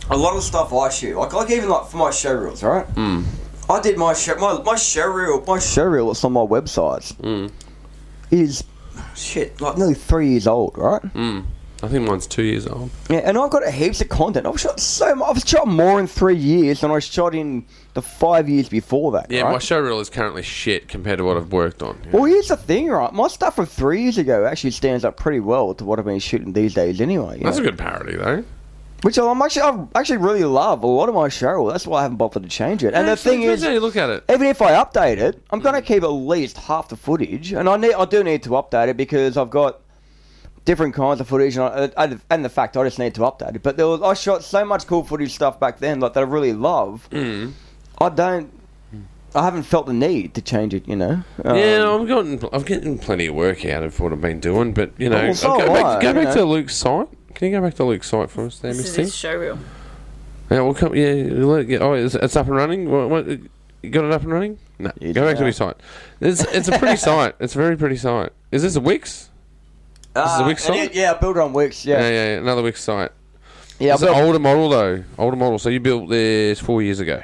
Speaker 2: a lot of stuff I shoot, like like even like for my show reels, right? Mm. I did my show my my show reel my Hmm. show reel that's on my website is shit like nearly three years old, right?
Speaker 1: Hmm. I think mine's two years old.
Speaker 2: Yeah, and I've got heaps of content. I've shot so much. I've shot more in three years than I shot in the five years before that.
Speaker 1: Yeah,
Speaker 2: right?
Speaker 1: my showreel is currently shit compared to what I've worked on. Yeah.
Speaker 2: Well, here's the thing, right? My stuff from three years ago actually stands up pretty well to what I've been shooting these days, anyway. you
Speaker 1: That's a
Speaker 2: know?
Speaker 1: good parody though.
Speaker 2: Which I'm actually, I actually really love a lot of my show. That's why I haven't bothered to change it. And the thing is,
Speaker 1: you look at it.
Speaker 2: even if I update it, I'm going to keep at least half the footage, and I need, I do need to update it because I've got different kinds of footage, and, I, I- and the fact I just need to update it. But there was, I shot so much cool footage stuff back then, like that I really love.
Speaker 1: Mm. Hmm.
Speaker 2: I don't, I haven't felt the need to change it, you know. Um,
Speaker 1: yeah, I'm getting, I'm getting plenty of work out of what I've been doing, but you know,
Speaker 2: Well, so
Speaker 1: I'll go
Speaker 2: am
Speaker 1: back,
Speaker 2: I,
Speaker 1: go
Speaker 2: you
Speaker 1: back
Speaker 2: know.
Speaker 1: to Luke's site. Can you go back to Luke's site for us, there,
Speaker 3: This is
Speaker 1: Miss T?
Speaker 3: his show reel.
Speaker 1: Yeah, we'll come. Yeah, look, yeah, oh, it's, it's up and running. What, what, you got it up and running? No,
Speaker 2: It's
Speaker 1: go back to
Speaker 2: up.
Speaker 1: his site. It's, it's a
Speaker 2: *laughs*
Speaker 1: pretty site. It's a very pretty site. Is this a Wix? is a Wix
Speaker 2: uh, and
Speaker 1: song?
Speaker 2: it- yeah, I built it on Wix.
Speaker 1: Yeah,
Speaker 2: Yeah,
Speaker 1: yeah,
Speaker 2: yeah.
Speaker 1: yeah another Wix site.
Speaker 2: I
Speaker 1: it's an
Speaker 2: built-
Speaker 1: older model though. Older model. So you built this four years ago.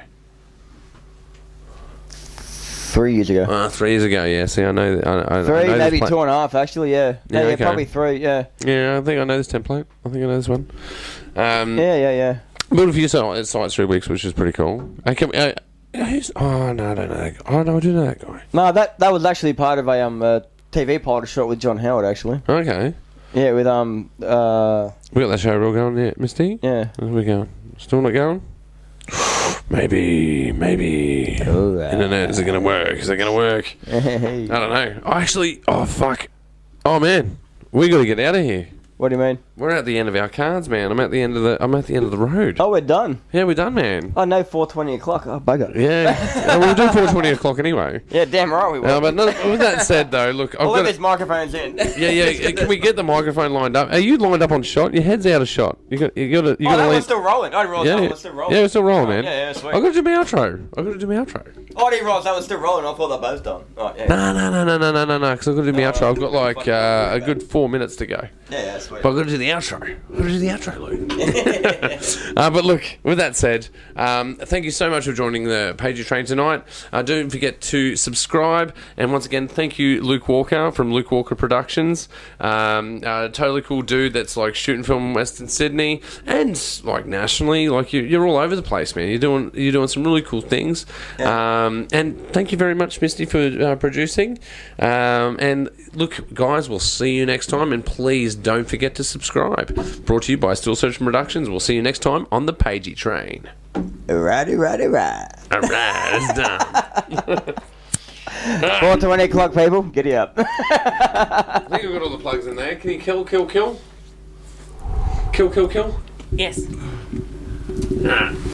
Speaker 2: three years ago.
Speaker 1: Uh, three years ago, yeah. See, I know. I, I, I
Speaker 2: Three,
Speaker 1: know this
Speaker 2: maybe
Speaker 1: pla-
Speaker 2: two and a half, actually. Yeah,
Speaker 1: Yeah,
Speaker 2: yeah, yeah
Speaker 1: okay.
Speaker 2: probably three. Yeah,
Speaker 1: Yeah, I think I know this template. I think I know this one. Um,
Speaker 2: yeah, yeah, yeah.
Speaker 1: Built a few si- sites three weeks, which is pretty cool. I can. I, who's, oh no, I don't know. That guy. Oh no, I do know that guy.
Speaker 2: No, that that was actually part of a um uh, TV pilot shot with John Howard, actually.
Speaker 1: Okay,
Speaker 2: Yeah, with um uh
Speaker 1: we got that show real going there, Misty.
Speaker 2: yeah. *laughs*
Speaker 1: Where we going? Still not going. *sighs* Maybe, maybe.
Speaker 2: Oh, uh,
Speaker 1: Internet, is it gonna work? Is it gonna work? I don't know. I actually, oh fuck, oh man, we gotta get out of here.
Speaker 2: what do you mean?
Speaker 1: We're at the end of our cards, man. I'm at the end of the. I'm at the end of the road.
Speaker 2: Oh, we're done.
Speaker 1: Yeah, we're done, man.
Speaker 2: Oh no, four twenty o'clock. Oh bugger. Yeah, *laughs*
Speaker 1: Yeah, Uh, we'll do 4:20 o'clock anyway.
Speaker 2: damn right we will.
Speaker 1: Uh, but no, with that said, though, look, I've
Speaker 2: I'll
Speaker 1: got
Speaker 2: let these
Speaker 1: to,
Speaker 2: microphones in. Oh,
Speaker 1: yeah,
Speaker 2: *laughs*
Speaker 1: yeah. uh, Can we get the microphone lined up? Are you lined up on shot? Your head's out of shot. You got, you got to, you got
Speaker 2: Oh, no,
Speaker 1: to
Speaker 2: we're
Speaker 1: lean.
Speaker 2: still rolling. I didn't realize
Speaker 1: Yeah,
Speaker 2: that
Speaker 1: yeah,
Speaker 2: was still rolling.
Speaker 1: yeah, it's still rolling, man.
Speaker 2: Yeah, yeah, sweet.
Speaker 1: I got to do my outro. I got to do my outro.
Speaker 2: Oh, I didn't realize that was still rolling. I thought they both done. Right, yeah,
Speaker 1: No, no, no, no, no, no, no, no. Because I've got to do my
Speaker 2: No,
Speaker 1: outro. I've got
Speaker 2: I couldn't
Speaker 1: like
Speaker 2: fucking
Speaker 1: uh, a
Speaker 2: believe that.
Speaker 1: good four minutes to go.
Speaker 2: yeah, yeah, sweet.
Speaker 1: But I've got to do the outro. I've got to do the outro, Luke. *laughs* uh, but look, with that said, um, thank you so much for joining the Pager Train tonight. Uh, don't forget to subscribe. And once again, thank you, Luke Walker from Luke Walker Productions. Um, uh, totally cool dude that's like shooting film in Western Sydney and like nationally. Like you, you're all over the place, man. You're doing you're doing some really cool things. Um, and thank you very much, Misty, for uh, producing. Um, and look, guys, we'll see you next time. And please don't forget to subscribe. Brought to you by Still Search Productions. We'll see you next time on the Pagey Train.
Speaker 2: righty, righty, right.
Speaker 1: All right, it's *laughs* done.
Speaker 2: Four twenty o'clock, people. Giddy up. *laughs*
Speaker 1: I think I've got all the plugs in there. Can you kill, kill, kill? Kill, kill, kill?
Speaker 3: Yes.